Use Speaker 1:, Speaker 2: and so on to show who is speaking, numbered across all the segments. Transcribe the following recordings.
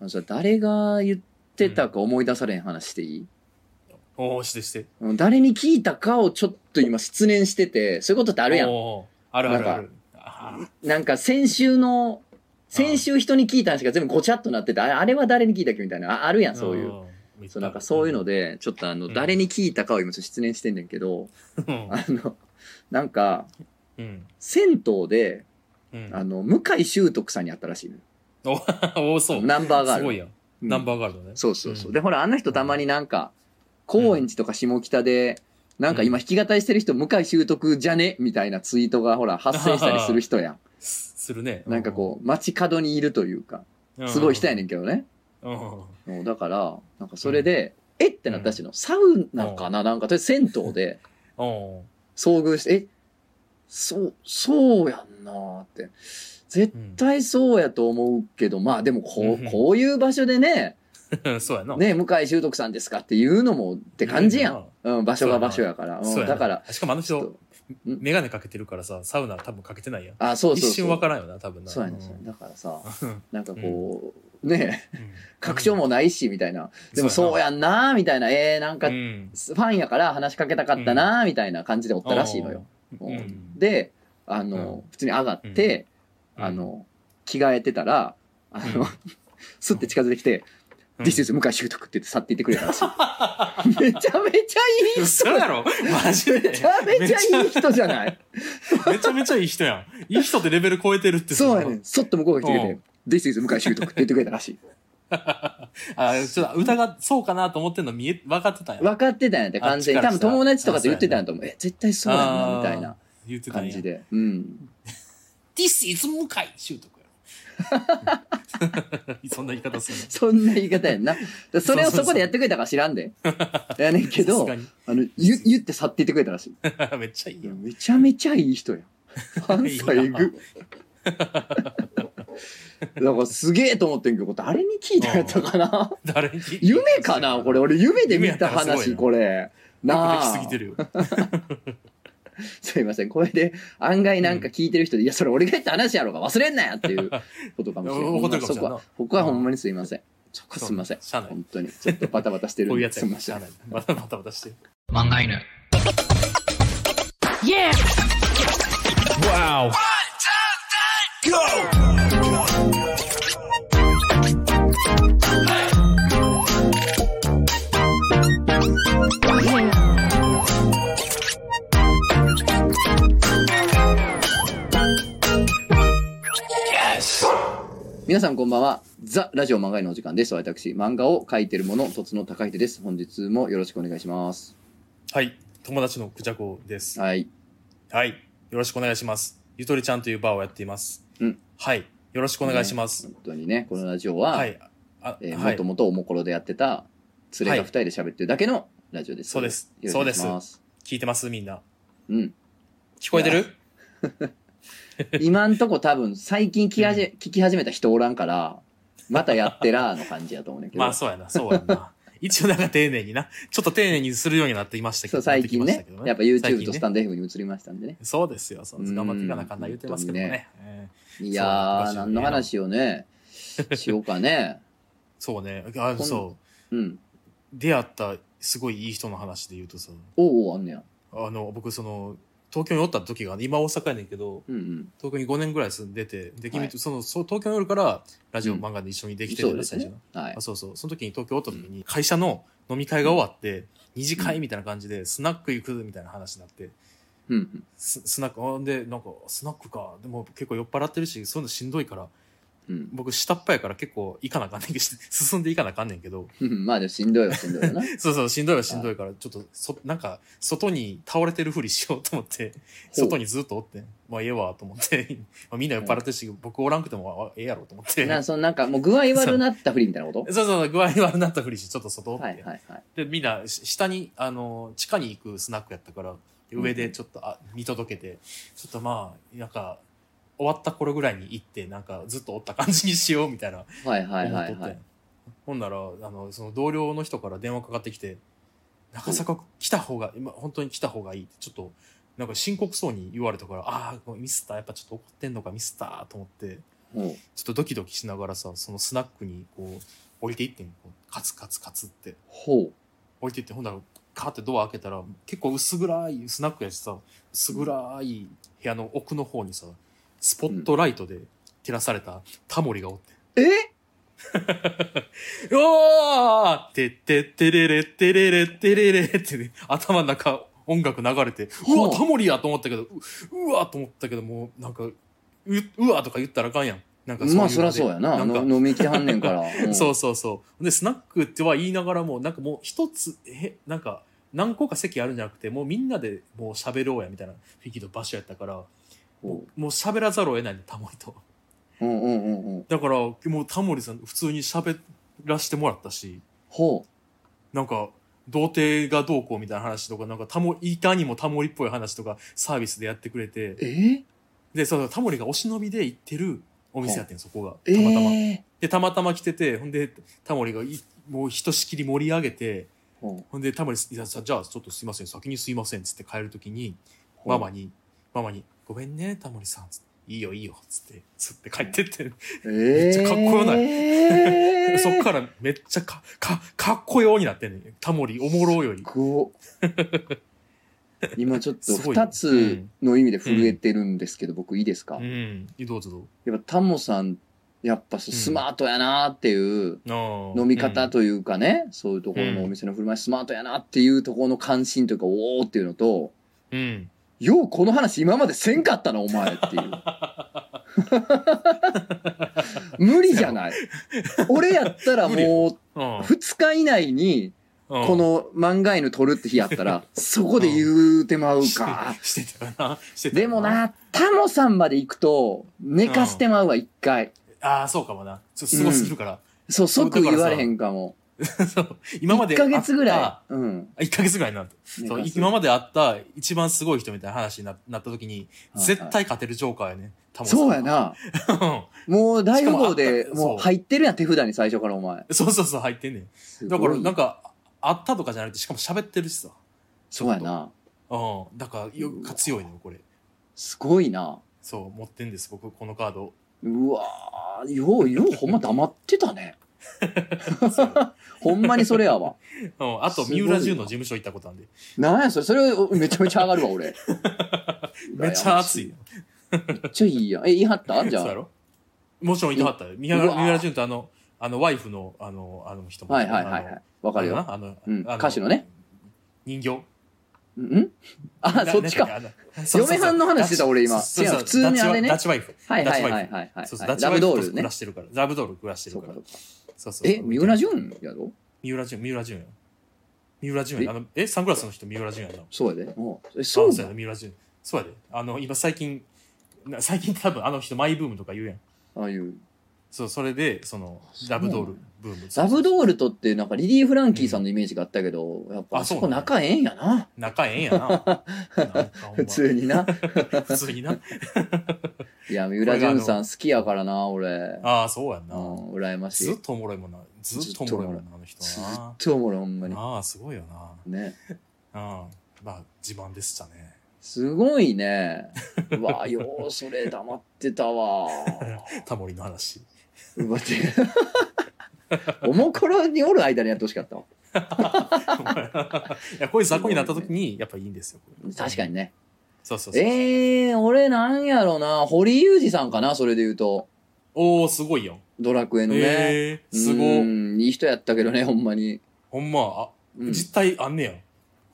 Speaker 1: のさ、誰が言ってたか思い出されへん話していい、
Speaker 2: おお、してして。
Speaker 1: うん誰に聞いたかをちょっと今失念してて、そういうことってあ
Speaker 2: あ
Speaker 1: るやん。
Speaker 2: ん。あるあるあ
Speaker 1: なん
Speaker 2: る。あー
Speaker 1: なんか先週の、先週人に聞いた話が全部ごちゃっとなってて、あれあれは誰に聞いたっけみたいな、ああるやん、そういう。。
Speaker 2: ん
Speaker 1: そうなんかそういうの。で、ちょっとあの、
Speaker 2: うん
Speaker 1: 誰に聞いたかを今ちょっと失念してんねんけど、
Speaker 2: うん
Speaker 1: あの、なんか、
Speaker 2: うん。
Speaker 1: 銭湯で、
Speaker 2: うん。
Speaker 1: あの、向井修徳さんに会ったらしいのよ
Speaker 2: おおー、そう。
Speaker 1: ナンバーガール。
Speaker 2: すごいやん。
Speaker 1: うん
Speaker 2: ナンバーガールだね。
Speaker 1: そうそうそう。
Speaker 2: うん
Speaker 1: で、ほら、あの人たまになんか、高円寺とか下北で、なんか今弾き語りしてる人、向井修徳じゃねみたいなツイートがほら、発生したりする人やん。
Speaker 2: すするね。
Speaker 1: なんかこう、街角にいるというか、
Speaker 2: う
Speaker 1: すごい人
Speaker 2: い。
Speaker 1: やねんけどね。
Speaker 2: うん。
Speaker 1: もうだから、なんかそれで、えってなったらしいの。サウナかななんか、とりあえず銭湯で
Speaker 2: お
Speaker 1: 遭遇して、え、そう、そうやんなーって。絶対そうやと思うけど、まあでもこ
Speaker 2: うん
Speaker 1: う、こういう場所でね、
Speaker 2: ー そうや な。
Speaker 1: ね、向井修徳さんですかっていうのもって感じやん。うん、場所が場所やから。
Speaker 2: そう
Speaker 1: う
Speaker 2: や
Speaker 1: ん、
Speaker 2: な
Speaker 1: だから、。
Speaker 2: しかもあの
Speaker 1: ちょっ
Speaker 2: 人
Speaker 1: と、
Speaker 2: メガネかけてるからさ、サウナ多分かけてないやん。
Speaker 1: あ、そうそうそう。
Speaker 2: 一瞬わからんよな、多分な。
Speaker 1: そうやねん、そうやねん
Speaker 2: ん
Speaker 1: だからさ、
Speaker 2: うん
Speaker 1: なんかこう、ね、
Speaker 2: うん
Speaker 1: 確証もないし、みたいな。でもそう
Speaker 2: や
Speaker 1: やんな、みたいな。えー、なんか、
Speaker 2: う
Speaker 1: フ
Speaker 2: ん
Speaker 1: ァンやから話しかけたかったな、みたいな感じでおったらしいのよ。
Speaker 2: うん
Speaker 1: うん
Speaker 2: うん
Speaker 1: で、あの、普通に上がって、あ、の、着替えてたら、あ
Speaker 2: う
Speaker 1: の
Speaker 2: ん、
Speaker 1: スッて近づいてきて、
Speaker 2: うん
Speaker 1: This is 向井修徳って言って去っていってくれたらしい。 めちゃめちゃいい人
Speaker 2: 嘘やろマジ で
Speaker 1: めちゃめちゃいい人じゃない
Speaker 2: めちゃめちゃいい人やん。いい人ってレベル超えてるって
Speaker 1: そうやねん。そっと向こうが来てく
Speaker 2: う
Speaker 1: れ
Speaker 2: ん
Speaker 1: て、This is 向井修徳って言ってくれたらしい。
Speaker 2: あ、ちょっと疑っ、そうかなと思ってんの見え、分かってたんや。
Speaker 1: 分かってたんやって、完全に。
Speaker 2: あっ
Speaker 1: 多分
Speaker 2: ちからさ
Speaker 1: 友達とかと言ってたんやと思う。え、絶対そうやん
Speaker 2: あ
Speaker 1: な、
Speaker 2: ー
Speaker 1: みたいな
Speaker 2: 言ってたん
Speaker 1: 感
Speaker 2: や
Speaker 1: じ。で。うん。
Speaker 2: This is 向井修徳や。 そんな言い方するの
Speaker 1: そんな言い方やんな。でそれを
Speaker 2: そうそうそ
Speaker 1: そうこでやってくれたから知らん で。やねんけど、
Speaker 2: さ
Speaker 1: あの、ゆ、言って去っていってくれたらしい。
Speaker 2: すがに めっちゃいい
Speaker 1: いや
Speaker 2: やん。
Speaker 1: めちゃめちゃいい人やん。ファンさえ
Speaker 2: いいな
Speaker 1: ぐ。 だからすげえと思ってんけど、これ誰に聞いたやったかな
Speaker 2: 誰に聞いてる
Speaker 1: 夢かなこれ。俺夢で見た
Speaker 2: 夢やったらすごい
Speaker 1: 話、
Speaker 2: な
Speaker 1: これ。な
Speaker 2: よくできす
Speaker 1: あ
Speaker 2: ぎ。てるよ。
Speaker 1: すいません。これで案外なんか聞いてる人で、いや、それ俺が言った話やろうが忘れんなやっていうことかもしれ
Speaker 2: 怒っ
Speaker 1: な
Speaker 2: て
Speaker 1: い。
Speaker 2: るかも
Speaker 1: そ
Speaker 2: し
Speaker 1: こ
Speaker 2: れんな
Speaker 1: は、ここはほんまにすいません。そこは
Speaker 2: そう
Speaker 1: すいません。
Speaker 2: しゃあない
Speaker 1: 本当に。ちょっとバタバタしてるんで
Speaker 2: こういうやつ
Speaker 1: すい
Speaker 2: や
Speaker 1: ま
Speaker 2: からし
Speaker 1: せ
Speaker 2: ゃあ
Speaker 1: ん
Speaker 2: な。い。またまたまたしてる。
Speaker 3: 漫画犬。
Speaker 4: Wow.
Speaker 3: Yes.
Speaker 1: 皆さんこんばんは。ザ・ラジオ漫画へのお時間です。私、漫画を描いてる者、とつの高秀です。本日もよろしくお願いします。
Speaker 2: はい。友達のクジャコです。
Speaker 1: はい。
Speaker 2: はい。よろしくお願いします。ゆとりちゃんというバーをやっています。
Speaker 1: うん
Speaker 2: はい。よろしくお願いします。
Speaker 1: 本当にね、このラジオは、
Speaker 2: はい。あ、
Speaker 1: えー
Speaker 2: は
Speaker 1: も
Speaker 2: い
Speaker 1: と。もとおもころでやってた、連れが二人で喋ってるだけのラジオです。
Speaker 2: そうです
Speaker 1: よろしくお願いします。
Speaker 2: 聞いてますみんな。
Speaker 1: うん。
Speaker 2: 聞こえて
Speaker 1: いや
Speaker 2: る
Speaker 1: 今んとこ多分最近聞き始め,、聞き始めた人おらんから、またやってらーの感じやと思うねんけど。
Speaker 2: まあそうやな、そうやん な。一応なんか丁寧にな。ちょっと丁寧にするようになっていましたけ
Speaker 1: そ
Speaker 2: ど。
Speaker 1: う、最近
Speaker 2: な
Speaker 1: ね
Speaker 2: てきましたけど
Speaker 1: やっぱ YouTube とスタ
Speaker 2: ン
Speaker 1: ンド F に移りましたんでね。
Speaker 2: そうですよ。そうです
Speaker 1: うん
Speaker 2: 頑張っていかなあかんな言ってますけどね。えー
Speaker 1: いやー、
Speaker 2: そう
Speaker 1: 何の話を ね、しようかね。
Speaker 2: そうね。あ
Speaker 1: ほん
Speaker 2: そう。
Speaker 1: うん。
Speaker 2: 出会ったすごいいい人の話で言うとさ、
Speaker 1: おうおう、あんねや。
Speaker 2: あの、僕その、東京におった時が、今大阪やねんけど、
Speaker 1: うんうん。
Speaker 2: 東京に5年ぐらい住んでて、で、君と、
Speaker 1: はい
Speaker 2: その、そう東京におるから、ラジオ、漫画で一緒にできてる
Speaker 1: そ
Speaker 2: ん
Speaker 1: う
Speaker 2: で
Speaker 1: ですす
Speaker 2: ね、
Speaker 1: ね。はい
Speaker 2: あ。そうそう。その時に東京おった時に、会社の飲み会が終わって、二次会みたいな感じで、スナック行くみたいな話になって、
Speaker 1: うんうん。
Speaker 2: ススナック、あで、なんか、スナックか。でも結構酔っ払ってるし、そういうのしんどいから、
Speaker 1: うん
Speaker 2: 僕下っ端やから結構行かなあかんねんけど、 し進んでいかなあかんねんけど、
Speaker 1: うん。 まあでもしんどいはしんどいよな。
Speaker 2: そうそう、しんどいはしんどいから、ちょっと、そ、なんか、外に倒れてるふりしようと思って、 外にずっとおって、まあええわと思って、 まあみんな酔っ払ってるし、僕おらんくてもあええやろと思って、
Speaker 1: な、そのなんかもう具合悪なったふりみたいな こと
Speaker 2: そうそう、具合悪なったふりして、ちょっと外おって、
Speaker 1: はいはいはい。
Speaker 2: で、みんな、し下に、あの、地下に行くスナックやったから、で上でちょっと、あ、見届けて、ちょっとまあ、なんか、終わった頃ぐらいに行って、なんか、ずっとおった感じにしよう、みたいな、
Speaker 1: はいはい
Speaker 2: 思っとっ
Speaker 1: は
Speaker 2: て
Speaker 1: い
Speaker 2: ん
Speaker 1: はい。
Speaker 2: ほんなら、あの、その同僚の人から電話かかってきて、中坂来た方が、今、本当に来た方がいいって、ちょっと、なんか深刻そうに言われたから、ああ、ミスった、やっぱちょっと怒ってんのか、ミスった、と思って、
Speaker 1: うおう
Speaker 2: ちょっとドキドキしながらさそのスナックにこう置いていってんこうカツカツカツって
Speaker 1: ほう。
Speaker 2: 置いていってほんならカーってドア開けたら結構薄暗いスナックやしさ薄暗い部屋の奥の方にさスポットライトで照らされたタモリがおって
Speaker 1: え
Speaker 2: 「おーってってってれれってれれってれれ」ってね頭の中音楽流れて「う
Speaker 1: ほう
Speaker 2: わタモリや!」と思ったけどううわと思ったけどもうなんか「ううわ」とか言ったらあかんやん。なんかそういう
Speaker 1: ま
Speaker 2: の
Speaker 1: あ
Speaker 2: で
Speaker 1: そりゃそうやな。
Speaker 2: なんか
Speaker 1: の飲み来はんねん から。うん
Speaker 2: そうそうそう。で、スナックっては言いながらも、なんかもう一つ、え、なんか、何個か席あるんじゃなくて、もうみんなでもう喋ろうやみたいなフィギの場所やったから、も
Speaker 1: ほう
Speaker 2: う喋らざるを得ないの、タモリと。
Speaker 1: うんうんうんうん。
Speaker 2: だから、もうタモリさん普通に喋らしてもらったし、
Speaker 1: ほう。
Speaker 2: なんか、童貞がどうこうみたいな話とか、なんかタモリ、いかにもタモリっぽい話とかサービスでやってくれて、
Speaker 1: え
Speaker 2: で、そう、タモリがお忍びで行ってるお店やってん、そこが。
Speaker 1: え
Speaker 2: たまたま。
Speaker 1: え
Speaker 2: で、たまたま来てて、ほんで、タモリがい、もうひとしきり盛り上げて、
Speaker 1: ほ
Speaker 2: ほんで、タモリ、いやさじゃあ、ちょっとすいません、先にすいません、つって帰るときに、
Speaker 1: う
Speaker 2: ママに、ママに、ごめんね、タモリさん、つっていいよ、いいよ、つって、つって帰ってって、
Speaker 1: め
Speaker 2: っちゃかっこよない
Speaker 1: い
Speaker 2: そっ
Speaker 1: ら。
Speaker 2: からめっちゃか、か、かっこようになってんねん。タモリ、おもろうより。
Speaker 1: こう今ちょっと
Speaker 2: すごい
Speaker 1: 2つの意味で震えてるんですけど、僕いいですか、
Speaker 2: うん、どうぞどう
Speaker 1: やっぱタモさんやっぱそう
Speaker 2: うん
Speaker 1: スマートやなっていう
Speaker 2: あー
Speaker 1: 飲み方、というかね、そういうところのお店の振る舞いスマートやなっていうところの関心というかおおっていうのと
Speaker 2: うん。うん
Speaker 1: ようこの話今までせんかったなお前っていう 無理じゃない俺やったら
Speaker 2: 無理
Speaker 1: も
Speaker 2: うん
Speaker 1: う2日以内にこ
Speaker 2: こ、
Speaker 1: の漫画犬撮るって日やったらそこで言うてまうか
Speaker 2: してしてたよな。してた
Speaker 1: で
Speaker 2: よ
Speaker 1: も。な、タモさんまで行くと、寝かしてまうわ、一回。
Speaker 2: ああ、そうかもな。ちょっとすごすぎるから。
Speaker 1: そう、
Speaker 2: そう
Speaker 1: 即言われへんかも。
Speaker 2: そう今まで
Speaker 1: 1ヶ月ぐ
Speaker 2: あった
Speaker 1: らい。うん。
Speaker 2: あ1ヶ月ぐらいになる
Speaker 1: 寝
Speaker 2: そ
Speaker 1: か
Speaker 2: う
Speaker 1: す
Speaker 2: 今まであった一番すごい人みたいな話にななった時に、
Speaker 1: はい
Speaker 2: 絶対勝てるジョーカーやね。タモさん
Speaker 1: そうや。な。
Speaker 2: う
Speaker 1: もう大富豪
Speaker 2: し
Speaker 1: で
Speaker 2: か、もあった
Speaker 1: もう入ってるやん、手札に最初からお前。
Speaker 2: ん そうそうそう、入ってんねん。
Speaker 1: すご
Speaker 2: だ
Speaker 1: い
Speaker 2: から、なんか、あったとかじゃなくて、しかも喋ってるしさ。
Speaker 1: そうやな。
Speaker 2: うん。だから、よく強いのよ、これ。
Speaker 1: すごいな。
Speaker 2: そう、持ってんです、僕、このカード。
Speaker 1: うわーよう、よう、ほんま黙ってたね。
Speaker 2: そう
Speaker 1: ほんまにそれやわ。
Speaker 2: うん。あと、
Speaker 1: すごい
Speaker 2: 三
Speaker 1: な
Speaker 2: 浦淳の事務所行ったことあるんで。
Speaker 1: なんやそれ、それおめちゃめちゃ上がるわ、俺。
Speaker 2: めっちゃ熱い。。
Speaker 1: めっちゃいいやん。え、言い張ったじゃ
Speaker 2: そうや
Speaker 1: あ。
Speaker 2: ろもちろんいてはったよ。三
Speaker 1: うわ
Speaker 2: 浦三浦淳とあの、あの、ワイフの、あの、あの人も。
Speaker 1: はいはいはいはい。わ
Speaker 2: わ
Speaker 1: かるよ。
Speaker 2: あの、
Speaker 1: うん
Speaker 2: あ
Speaker 1: 歌手のね。
Speaker 2: 人形。
Speaker 1: うんあ、そっちか。
Speaker 2: な。なんだっけあの
Speaker 1: 嫁はんの話してた俺今
Speaker 2: ダチそうそ
Speaker 1: 違
Speaker 2: う
Speaker 1: う普通にあれね
Speaker 2: ダチワイフ。
Speaker 1: はいはいはい
Speaker 2: ダチワ
Speaker 1: は
Speaker 2: イ
Speaker 1: い
Speaker 2: フ
Speaker 1: はい、はい
Speaker 2: そうそ
Speaker 1: は
Speaker 2: う、ダ
Speaker 1: い。
Speaker 2: チワ
Speaker 1: ラ
Speaker 2: イ
Speaker 1: ブ
Speaker 2: フ
Speaker 1: ド
Speaker 2: と
Speaker 1: ール
Speaker 2: 暮
Speaker 1: ね
Speaker 2: ら。してるから。ラブドール暮らして
Speaker 1: そ
Speaker 2: る
Speaker 1: う
Speaker 2: か
Speaker 1: からそう。か。
Speaker 2: そうそう。
Speaker 1: え、三浦淳やろ
Speaker 2: 三浦淳、三浦淳や。三浦淳や。あの、え、サングラスの人三浦淳やな。
Speaker 1: そうやで。おうえそう
Speaker 2: あや
Speaker 1: だ
Speaker 2: な三浦淳。そうやで。あの、今最近、な最近多分あの人マイブームとか言うやん。
Speaker 1: ああいう。
Speaker 2: そう、それで、その、ラブドールブーム。
Speaker 1: ラブドールとってなんかリリー・フランキーさんのイメージがあったけど、やっぱ
Speaker 2: あ
Speaker 1: あそ
Speaker 2: そ
Speaker 1: こ
Speaker 2: うなんや
Speaker 1: 仲ええんやな。
Speaker 2: 仲ええんや な。なんかほんま
Speaker 1: 普。通にな。
Speaker 2: 普通にな。
Speaker 1: いや、三浦淳さん好きやからな、俺。
Speaker 2: ああ、そうやん
Speaker 1: う
Speaker 2: な。
Speaker 1: ん、羨ましい。
Speaker 2: ず
Speaker 1: ず
Speaker 2: っ
Speaker 1: っ
Speaker 2: とおもろいもんな。ずっとおもろいもんな、あの人な。
Speaker 1: とおもろい、ほんまに。
Speaker 2: ああ、すごいよな。
Speaker 1: ね。
Speaker 2: うん。まあ、自慢でしたね。
Speaker 1: すごい ね。うわ、よう、それ黙ってたわ。
Speaker 2: タモリの話。
Speaker 1: うわ、て。おもころにおる間にやってほしかったわ。
Speaker 2: いや、こういう雑魚になった時に、やっぱいいんですよ。
Speaker 1: 確かに。ね。
Speaker 2: そうそうそう。
Speaker 1: ええー、俺なんやろな。堀裕二さんかな、それで言うと。
Speaker 2: おー、すごいよ。
Speaker 1: ドラクエのね。
Speaker 2: えー、す
Speaker 1: う
Speaker 2: ごい。
Speaker 1: んいい人やったけどね、ほんまに。
Speaker 2: ほんま、
Speaker 1: うん
Speaker 2: あ、実態あんねや。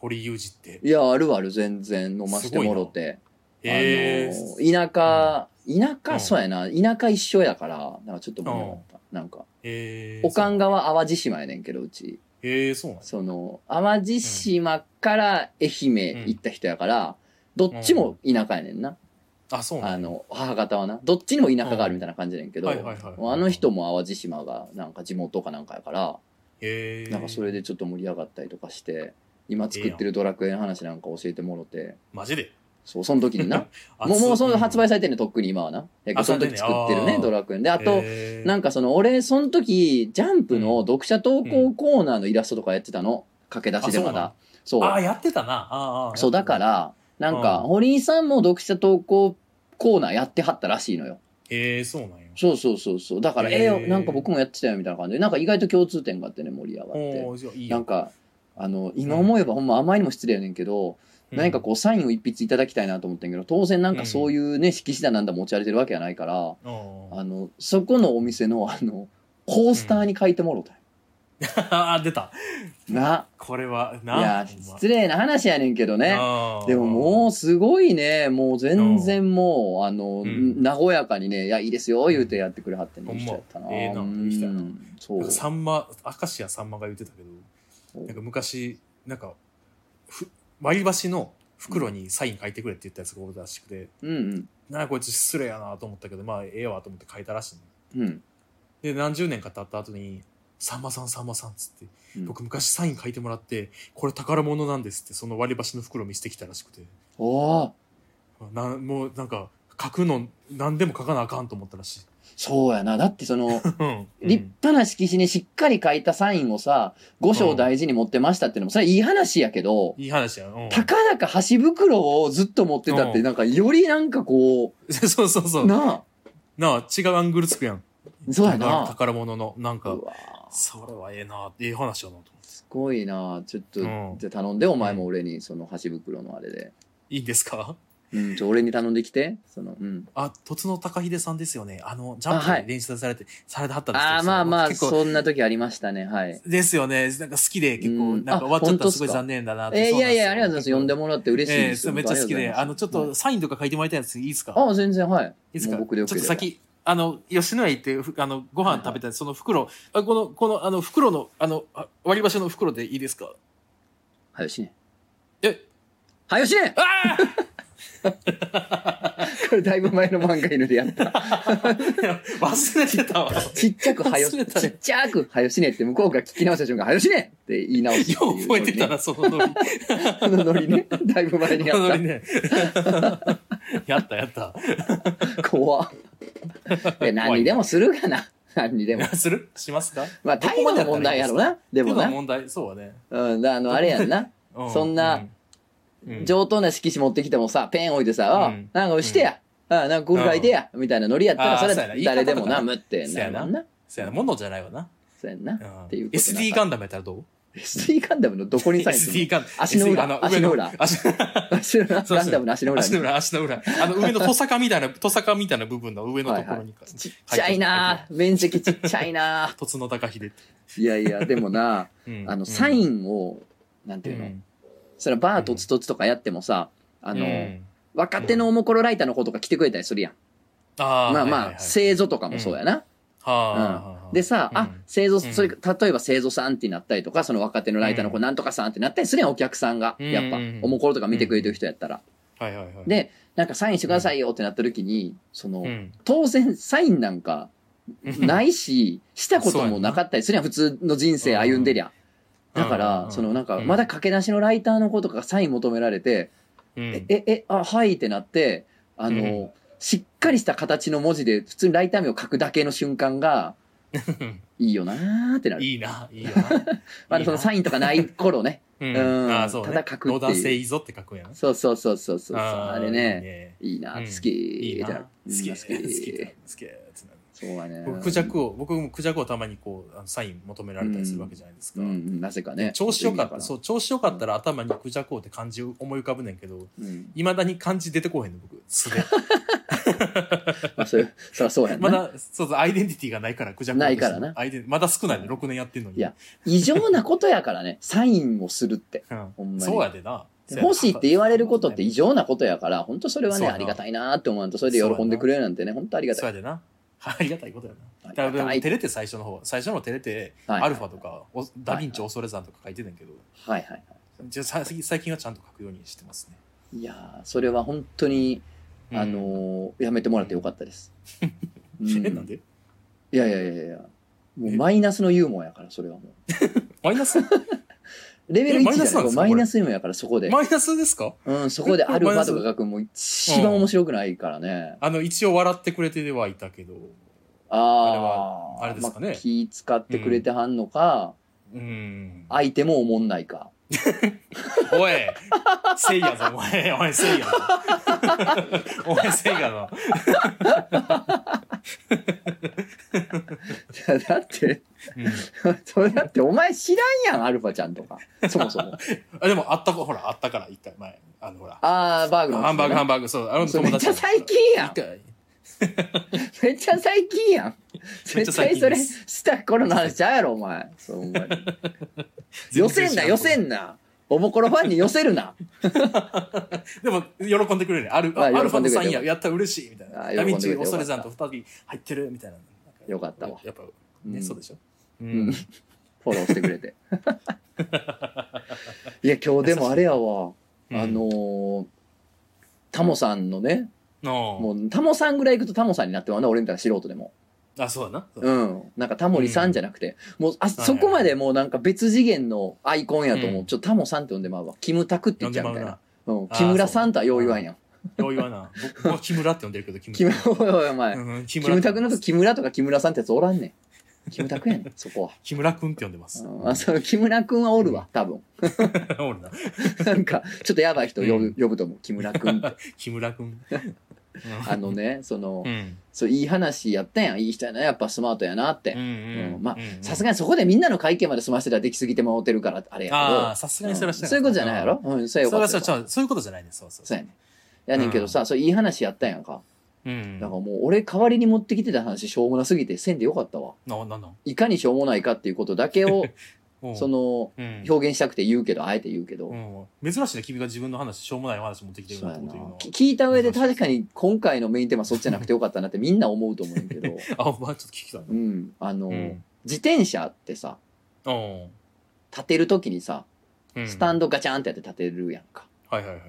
Speaker 2: 堀裕二って。
Speaker 1: いや、あるある、全然飲ませてもろて。
Speaker 2: え
Speaker 1: あの
Speaker 2: ー、
Speaker 1: ー田舎、田
Speaker 2: う
Speaker 1: 舎、
Speaker 2: ん
Speaker 1: そうやな。田舎一緒やから、なんかちょっともうなんか、
Speaker 2: えー、
Speaker 1: おかんがは淡路島やねんけど、うち。
Speaker 2: えー、そうなんです
Speaker 1: その、淡路島から愛媛行った人やから、どっちも田舎やねんな。
Speaker 2: あ、そうな
Speaker 1: あ
Speaker 2: んだ。
Speaker 1: の、母方はな。どっちにも田舎があるみたいな感じやねんけど、
Speaker 2: うんはいはいはいはい
Speaker 1: あの人も淡路島がなんか地元かなんかやから、
Speaker 2: えー、
Speaker 1: なんかそれでちょっと盛り上がったりとかして、今作ってるドラクエの話なんか教えてもろて、
Speaker 2: マジで。
Speaker 1: そう、その時にな。
Speaker 2: あ
Speaker 1: もう、もう
Speaker 2: つ
Speaker 1: その発売されてんねんとっくに今はな。やけど
Speaker 2: あ
Speaker 1: その時作ってるね、
Speaker 2: されてんねんあー
Speaker 1: ドラクエの。で、あと、
Speaker 2: えー
Speaker 1: なんかその、俺、その時、ジャンプの読者投稿コーナーのイラストとかやってたの。駆け出しでま
Speaker 2: あ
Speaker 1: だ。そう。
Speaker 2: ああ、やってたな。あーあー、
Speaker 1: そう、だか
Speaker 2: やっ
Speaker 1: ら、なんか、
Speaker 2: うん
Speaker 1: 堀井さんも読者投稿コーナーやってはったらしいのよ。
Speaker 2: てた。えー、そうなんや。
Speaker 1: そうそうそうそうだから、
Speaker 2: へー
Speaker 1: えーなんか僕もやってたよみたいな感じでなんか意外と共通点があってね盛り上がって
Speaker 2: おーじゃあいい
Speaker 1: な
Speaker 2: や
Speaker 1: んかあの今思えばほんまあまりにも失礼やねんけど、何かこうサインを一筆いただきたいなと思ってんけど当然なんかそういうね色紙だなんだ持ち歩いてるわけじゃないから、
Speaker 2: うんおー
Speaker 1: あのそこのお店のあのコースターに書いてもろたんよ、
Speaker 2: あ出た
Speaker 1: な
Speaker 2: これはいな
Speaker 1: や失礼な話やねんけどね
Speaker 2: ね
Speaker 1: でももうすごいねもう全然もうあの、
Speaker 2: うん
Speaker 1: 和やかにね「いやいいですよ」言うてやってくれはってね
Speaker 2: ほんま
Speaker 1: 人やったな、
Speaker 2: ええな
Speaker 1: うん
Speaker 2: 人やな
Speaker 1: そう
Speaker 2: さんま明石家さんまが言ってたけど
Speaker 1: お
Speaker 2: なんか昔なんかふ割り箸の袋にサイン書いてくれって言ったやつがおるらしくて、
Speaker 1: うん
Speaker 2: なんかこいつ失礼やなと思ったけどまあええわと思って書いたらしいね
Speaker 1: うんうん
Speaker 2: で何十年か経った後に「さんまさんさんまさん」っつって、
Speaker 1: うん
Speaker 2: 僕昔サイン書いてもらってこれ宝物なんですってその割り箸の袋見せてきたらしくて
Speaker 1: おー
Speaker 2: なもうなんか書くの何でも書かなあかんと思ったら しい。
Speaker 1: そうやなだってその
Speaker 2: うん
Speaker 1: 立派な色紙にしっかり書いたサインをさ五章大事に持ってましたってのもそれいい話やけど、
Speaker 2: いい話やん。うん、
Speaker 1: たかだか箸袋をずっと持ってたって、
Speaker 2: うん
Speaker 1: なんかよりなんかこ
Speaker 2: そうそうそう
Speaker 1: う、。な
Speaker 2: なあ、違うアングルつくやん。
Speaker 1: そうやな
Speaker 2: 宝宝物の、なん
Speaker 1: あ
Speaker 2: か
Speaker 1: う、わ
Speaker 2: それはええな、ええ話やなと思って。
Speaker 1: すごいなちょっと、
Speaker 2: うん
Speaker 1: じゃあ頼んでお前も俺にその箸袋のあれで、
Speaker 2: いいんですか
Speaker 1: うん、ちょ俺に頼んできてそのうん
Speaker 2: あ、とつのたかひでさんですよね。あの、ジャン
Speaker 1: あは
Speaker 2: プ
Speaker 1: い
Speaker 2: で練習されて、されてはったんですけど
Speaker 1: ああーまあまあ
Speaker 2: 結構、
Speaker 1: そんな時ありましたねはい
Speaker 2: ですよね。なんか好きで、結構、
Speaker 1: うん
Speaker 2: なんか終わっちゃった
Speaker 1: あ
Speaker 2: らすごい残念だなって。
Speaker 1: えー
Speaker 2: そ
Speaker 1: い
Speaker 2: うなん
Speaker 1: や
Speaker 2: で
Speaker 1: い
Speaker 2: すよ
Speaker 1: やありがとうございます呼んでもらって嬉しい
Speaker 2: ええ
Speaker 1: です、
Speaker 2: そうめっちゃ好きで、あの、ちょっ
Speaker 1: はい
Speaker 2: とサインとか書いてもらいたいんですいいですか
Speaker 1: ああ全然はい
Speaker 2: いですか
Speaker 1: もう僕でよけ
Speaker 2: ちょ
Speaker 1: れ
Speaker 2: っ
Speaker 1: ば
Speaker 2: と先、あの、吉野家行って、ふあの、ご飯食べたその袋、あこの、この、あの、袋の、あの、あ割り箸の袋でいいですか
Speaker 1: はよしね
Speaker 2: え、
Speaker 1: はよしね
Speaker 2: ああ
Speaker 1: これだいぶ前の漫画犬でや った
Speaker 2: 忘れて たわ。
Speaker 1: ちっちゃくはよ、
Speaker 2: 忘れたね
Speaker 1: ちっちゃくはよしねって向こうが聞き直した瞬間、はよしねって言い直すっていう
Speaker 2: よう覚えてたな、そのノリ。
Speaker 1: このノリね。このノリねだいぶ前に
Speaker 2: そ
Speaker 1: や
Speaker 2: のノ
Speaker 1: っ
Speaker 2: リね。 やったやった。
Speaker 1: た。 怖っで何にでもするがな。何にでも。
Speaker 2: するしますか
Speaker 1: まあ、態度の問題やろな。で
Speaker 2: でも
Speaker 1: も
Speaker 2: な。
Speaker 1: な。
Speaker 2: 問題、そうはね。
Speaker 1: うん、あの、あれやんな。
Speaker 2: う
Speaker 1: そんな、
Speaker 2: うんうん
Speaker 1: 上等な色紙持ってきてもさ、ペン置いてさ、あ
Speaker 2: うん
Speaker 1: なんかしてや。あなんかこれ書いてや。みたいなノリやった
Speaker 2: あ
Speaker 1: ら、
Speaker 2: ー
Speaker 1: それ
Speaker 2: そうやな言い方
Speaker 1: 誰でもな、
Speaker 2: とか
Speaker 1: むってなるもんな。
Speaker 2: そやな、ものじゃないわな。
Speaker 1: そうやんな
Speaker 2: う。ん
Speaker 1: っていうことなんか
Speaker 2: SD ガンダムやったらどう
Speaker 1: SD ガンダムのどこにサインする
Speaker 2: ?SD ガン
Speaker 1: 足の裏
Speaker 2: SD あ
Speaker 1: 足の裏
Speaker 2: 上足の裏。
Speaker 1: 足の裏ガンダムの足の裏
Speaker 2: 足の
Speaker 1: に。
Speaker 2: 裏、足の裏。あの上のトサカみたいな、トサカみたいな部分の上のところに。
Speaker 1: ちっちゃいな面積ちっちゃい な
Speaker 2: とつの高秀って。
Speaker 1: いやいや、でもな、
Speaker 2: うん
Speaker 1: あの、サインを、なんて
Speaker 2: う
Speaker 1: いうの、
Speaker 2: ん
Speaker 1: それはバーとつとつとかやってもさ、あの、
Speaker 2: うん
Speaker 1: 若手のおもころライターの子とか来てくれたりするやん。まあ
Speaker 2: あーはいはい
Speaker 1: ま
Speaker 2: は
Speaker 1: あ、
Speaker 2: い
Speaker 1: 製造とかもそうやな。
Speaker 2: はあはあはあ
Speaker 1: でさ、
Speaker 2: う
Speaker 1: あ
Speaker 2: ん、
Speaker 1: 製造、
Speaker 2: うん
Speaker 1: それ、例えば製造さんってなったりとか、その若手のライターの子
Speaker 2: う
Speaker 1: なんとかさんってなったりするやん、お客さんが。
Speaker 2: うん
Speaker 1: やっぱ
Speaker 2: うん、
Speaker 1: おもころとか見てくれてる人やったら。
Speaker 2: はいはいはい。
Speaker 1: で、なんかサインしてくださいよってなった時に、その、
Speaker 2: うん、
Speaker 1: 当然サインなんかないし、したこともなかったりするやん、普通の人生歩んでりゃ。だか
Speaker 2: うんうん
Speaker 1: ら
Speaker 2: う、ん
Speaker 1: そのなんか、
Speaker 2: うん
Speaker 1: まだ駆け出しのライターの子とかがサイン求められて、
Speaker 2: うん
Speaker 1: え、え、え、あ、はいってなって、あの、
Speaker 2: うん
Speaker 1: しっかりした形の文字で普通にライター名を書くだけの瞬間が、いいよなーってなる。
Speaker 2: いいな、いいよな。
Speaker 1: まあ、そのサ
Speaker 2: イ
Speaker 1: インとかない頃 ね。
Speaker 2: ン
Speaker 1: うん
Speaker 2: ああ、そうね。
Speaker 1: ただ書くっていう
Speaker 2: 野田製いいぞって書くんやな。
Speaker 1: そうそうそうそうそう。あ
Speaker 2: ー
Speaker 1: れ
Speaker 2: いい
Speaker 1: ね、
Speaker 2: ね。
Speaker 1: いいな、
Speaker 2: うん
Speaker 1: 好き
Speaker 2: いい
Speaker 1: ー
Speaker 2: な。
Speaker 1: ってなる
Speaker 2: 好。
Speaker 1: うん
Speaker 2: き、好き、
Speaker 1: 好
Speaker 2: 好き
Speaker 1: き。、
Speaker 2: 好きってなる。
Speaker 1: そうだね。
Speaker 2: 僕、クジャクを、僕もクジャクをたまにこう、あのサイン求められたりするわけじゃないですか
Speaker 1: うん。うん、なぜかね。。
Speaker 2: 調子よかった、そうう、調子よかったら頭にクジャクをって漢字を思い浮かぶねんけど、
Speaker 1: うん。
Speaker 2: いまだに漢字出てこへんの、僕。素 で。
Speaker 1: まあ、それ、そらそうやん
Speaker 2: ま
Speaker 1: な。
Speaker 2: だ、そうそう、アイデンティティがないから、クジャク
Speaker 1: ないからな
Speaker 2: アイデンまだ少ないね、6年やってんのに。
Speaker 1: いや異常なことやから ね、サインをするって。
Speaker 2: うん
Speaker 1: ほんまに
Speaker 2: そうやでな。
Speaker 1: 欲しいって言われることって異常なことやから、本当それは
Speaker 2: そう
Speaker 1: ね、
Speaker 2: やな
Speaker 1: ありがたいなーって思わんと、それで喜んでくれるなんてね、本当ありが
Speaker 2: そう
Speaker 1: たい。
Speaker 2: やでな。 ありがたいことやな。
Speaker 1: あ
Speaker 2: だ
Speaker 1: り
Speaker 2: か
Speaker 1: が
Speaker 2: ら
Speaker 1: たい
Speaker 2: 照れて最初の方、最初の方照れて、
Speaker 1: はい
Speaker 2: アルファとか、おダヴィンチ恐れ山とか書いてたんやけど、
Speaker 1: はいはい。
Speaker 2: じゃあ最近最近はちゃんと書くようにしてますね。
Speaker 1: いやーそれは本当に、
Speaker 2: うん
Speaker 1: あのーやめてもらってよかったです。う
Speaker 2: え、なんで
Speaker 1: いやいやいやいや、もう
Speaker 2: え
Speaker 1: マイナスのユーモアやから、それはもう。
Speaker 2: マイナス
Speaker 1: レベル
Speaker 2: えマイ
Speaker 1: 1
Speaker 2: ナ
Speaker 1: だ
Speaker 2: スな
Speaker 1: か
Speaker 2: んで
Speaker 1: ら
Speaker 2: すか
Speaker 1: マイナスユーモアやから、そこで。
Speaker 2: マイナスですか
Speaker 1: うん、そこでアルファとか書く、もう一番面白くないからね。
Speaker 2: あの、一応笑ってくれてはいたけど、
Speaker 1: ああ、
Speaker 2: あれですかね
Speaker 1: まあ気使ってくれてはんのか、
Speaker 2: うん。
Speaker 1: 相手も思んないか。
Speaker 2: おい、せいやぞ、お前、お前せい やぞ。お前せいやぞ。
Speaker 1: いやだって、
Speaker 2: うん
Speaker 1: それだってお前知らんやん、アルファちゃんとか。そもそも。
Speaker 2: あでもあったこほらあったから一回前あのほら
Speaker 1: あー、バーグの、
Speaker 2: ハンバーグハンバーグそうあの
Speaker 1: それ
Speaker 2: 友
Speaker 1: めっ
Speaker 2: 達
Speaker 1: ちゃ最近やん
Speaker 2: 一。回
Speaker 1: めっちゃ最近やん。
Speaker 2: めっち
Speaker 1: 絶
Speaker 2: ゃ最
Speaker 1: 対そ
Speaker 2: 近で
Speaker 1: れ
Speaker 2: す
Speaker 1: した頃の話ちゃうやろ、お前。そう、お 前。寄せんな、寄せ
Speaker 2: ん
Speaker 1: んな。おぼころファンに寄せる な。
Speaker 2: でも喜んでくれるねあるあ
Speaker 1: あ
Speaker 2: ア
Speaker 1: 喜んでくれて
Speaker 2: ルファのさんややったら嬉しいみたい
Speaker 1: あ喜んでくれて
Speaker 2: なダミンチ
Speaker 1: よかった
Speaker 2: 恐れ山と二人入ってるみたいな
Speaker 1: よかったわ
Speaker 2: やっぱ
Speaker 1: う
Speaker 2: ね
Speaker 1: ん
Speaker 2: そうでしょう
Speaker 1: うん
Speaker 2: ん
Speaker 1: フォローしてくれ て。いや、今日でもあれやわ。
Speaker 2: うん
Speaker 1: あのータモさんのね、
Speaker 2: の
Speaker 1: もうタモさんぐらい行くとタモさんになってまうね、俺みたいな素人でも。
Speaker 2: あそうだなそう
Speaker 1: うん。なんかタモリさんじゃなくて、もうあ、
Speaker 2: はい
Speaker 1: そこまでもうなんか別次元のアイコンやと思う。
Speaker 2: うん
Speaker 1: ちょっとタモさんって呼んでまうわ。キムタクって言
Speaker 2: 呼
Speaker 1: っ
Speaker 2: ん
Speaker 1: ちゃうみ
Speaker 2: でまう
Speaker 1: たいな
Speaker 2: な。
Speaker 1: うん。
Speaker 2: あー
Speaker 1: 木村さんとはよう言わんやん。
Speaker 2: よう言わな僕は木村って呼んでるけど木
Speaker 1: 木
Speaker 2: 村
Speaker 1: 村、 おいおいお前。
Speaker 2: うん
Speaker 1: キ
Speaker 2: 木
Speaker 1: ムタク
Speaker 2: 君
Speaker 1: のと木村とか木村さんってやつおらんねん。木村タクやね ん、そこは。
Speaker 2: 木村君って呼んでます
Speaker 1: うんあ、そう、木村くんはおるわ、多分。
Speaker 2: 俺な
Speaker 1: なんか、ちょっとやばい人呼
Speaker 2: う
Speaker 1: ぶ
Speaker 2: ん
Speaker 1: 呼ぶと思う、木村く んって。
Speaker 2: 木村君
Speaker 1: あのね、その
Speaker 2: う、ん
Speaker 1: そう、いい話やったやん。いい人やな、やっぱスマートやなって
Speaker 2: う。ん
Speaker 1: う
Speaker 2: うんん
Speaker 1: まあ
Speaker 2: うんうん
Speaker 1: さすがにそこでみんなの会見まで済ませたらできすぎてもうてるから、あれ
Speaker 2: ああ、
Speaker 1: や
Speaker 2: さす
Speaker 1: けど。
Speaker 2: がにそれはし
Speaker 1: う
Speaker 2: なんい。
Speaker 1: そういうことじゃないやろうん、そ
Speaker 2: そうれ
Speaker 1: や
Speaker 2: は
Speaker 1: わ。
Speaker 2: そうそうそういうことじゃないね。そうそう
Speaker 1: そう
Speaker 2: そう。
Speaker 1: やねん。やねんけどさ、そういい話やったやんか。
Speaker 2: うん。
Speaker 1: だ
Speaker 2: な
Speaker 1: からもう俺代わりに持ってきてた話しょうもなすぎてせんでよかったわ。
Speaker 2: なんなん
Speaker 1: いかにしょうもないかっていうことだけを、
Speaker 2: うん
Speaker 1: その、
Speaker 2: うん
Speaker 1: 表現したくて言うけど、あえて言うけど。
Speaker 2: うん。珍しいね。君が自分の話、しょうもないお話持ってきてる
Speaker 1: そう
Speaker 2: な
Speaker 1: や
Speaker 2: って
Speaker 1: な
Speaker 2: こと言うのは。
Speaker 1: 聞いた上で確かに今回のメインテーマそっちじゃなくてよかったなってみんな思うと思うんやけ ど、
Speaker 2: あ、お前ちょっと聞きたいな。
Speaker 1: うん、あの、
Speaker 2: うん
Speaker 1: 自転車ってさ立てる時にさ
Speaker 2: うん。
Speaker 1: スタン
Speaker 2: ド。
Speaker 1: ドガチャンってやって立てるやんか、
Speaker 2: はいはいはい。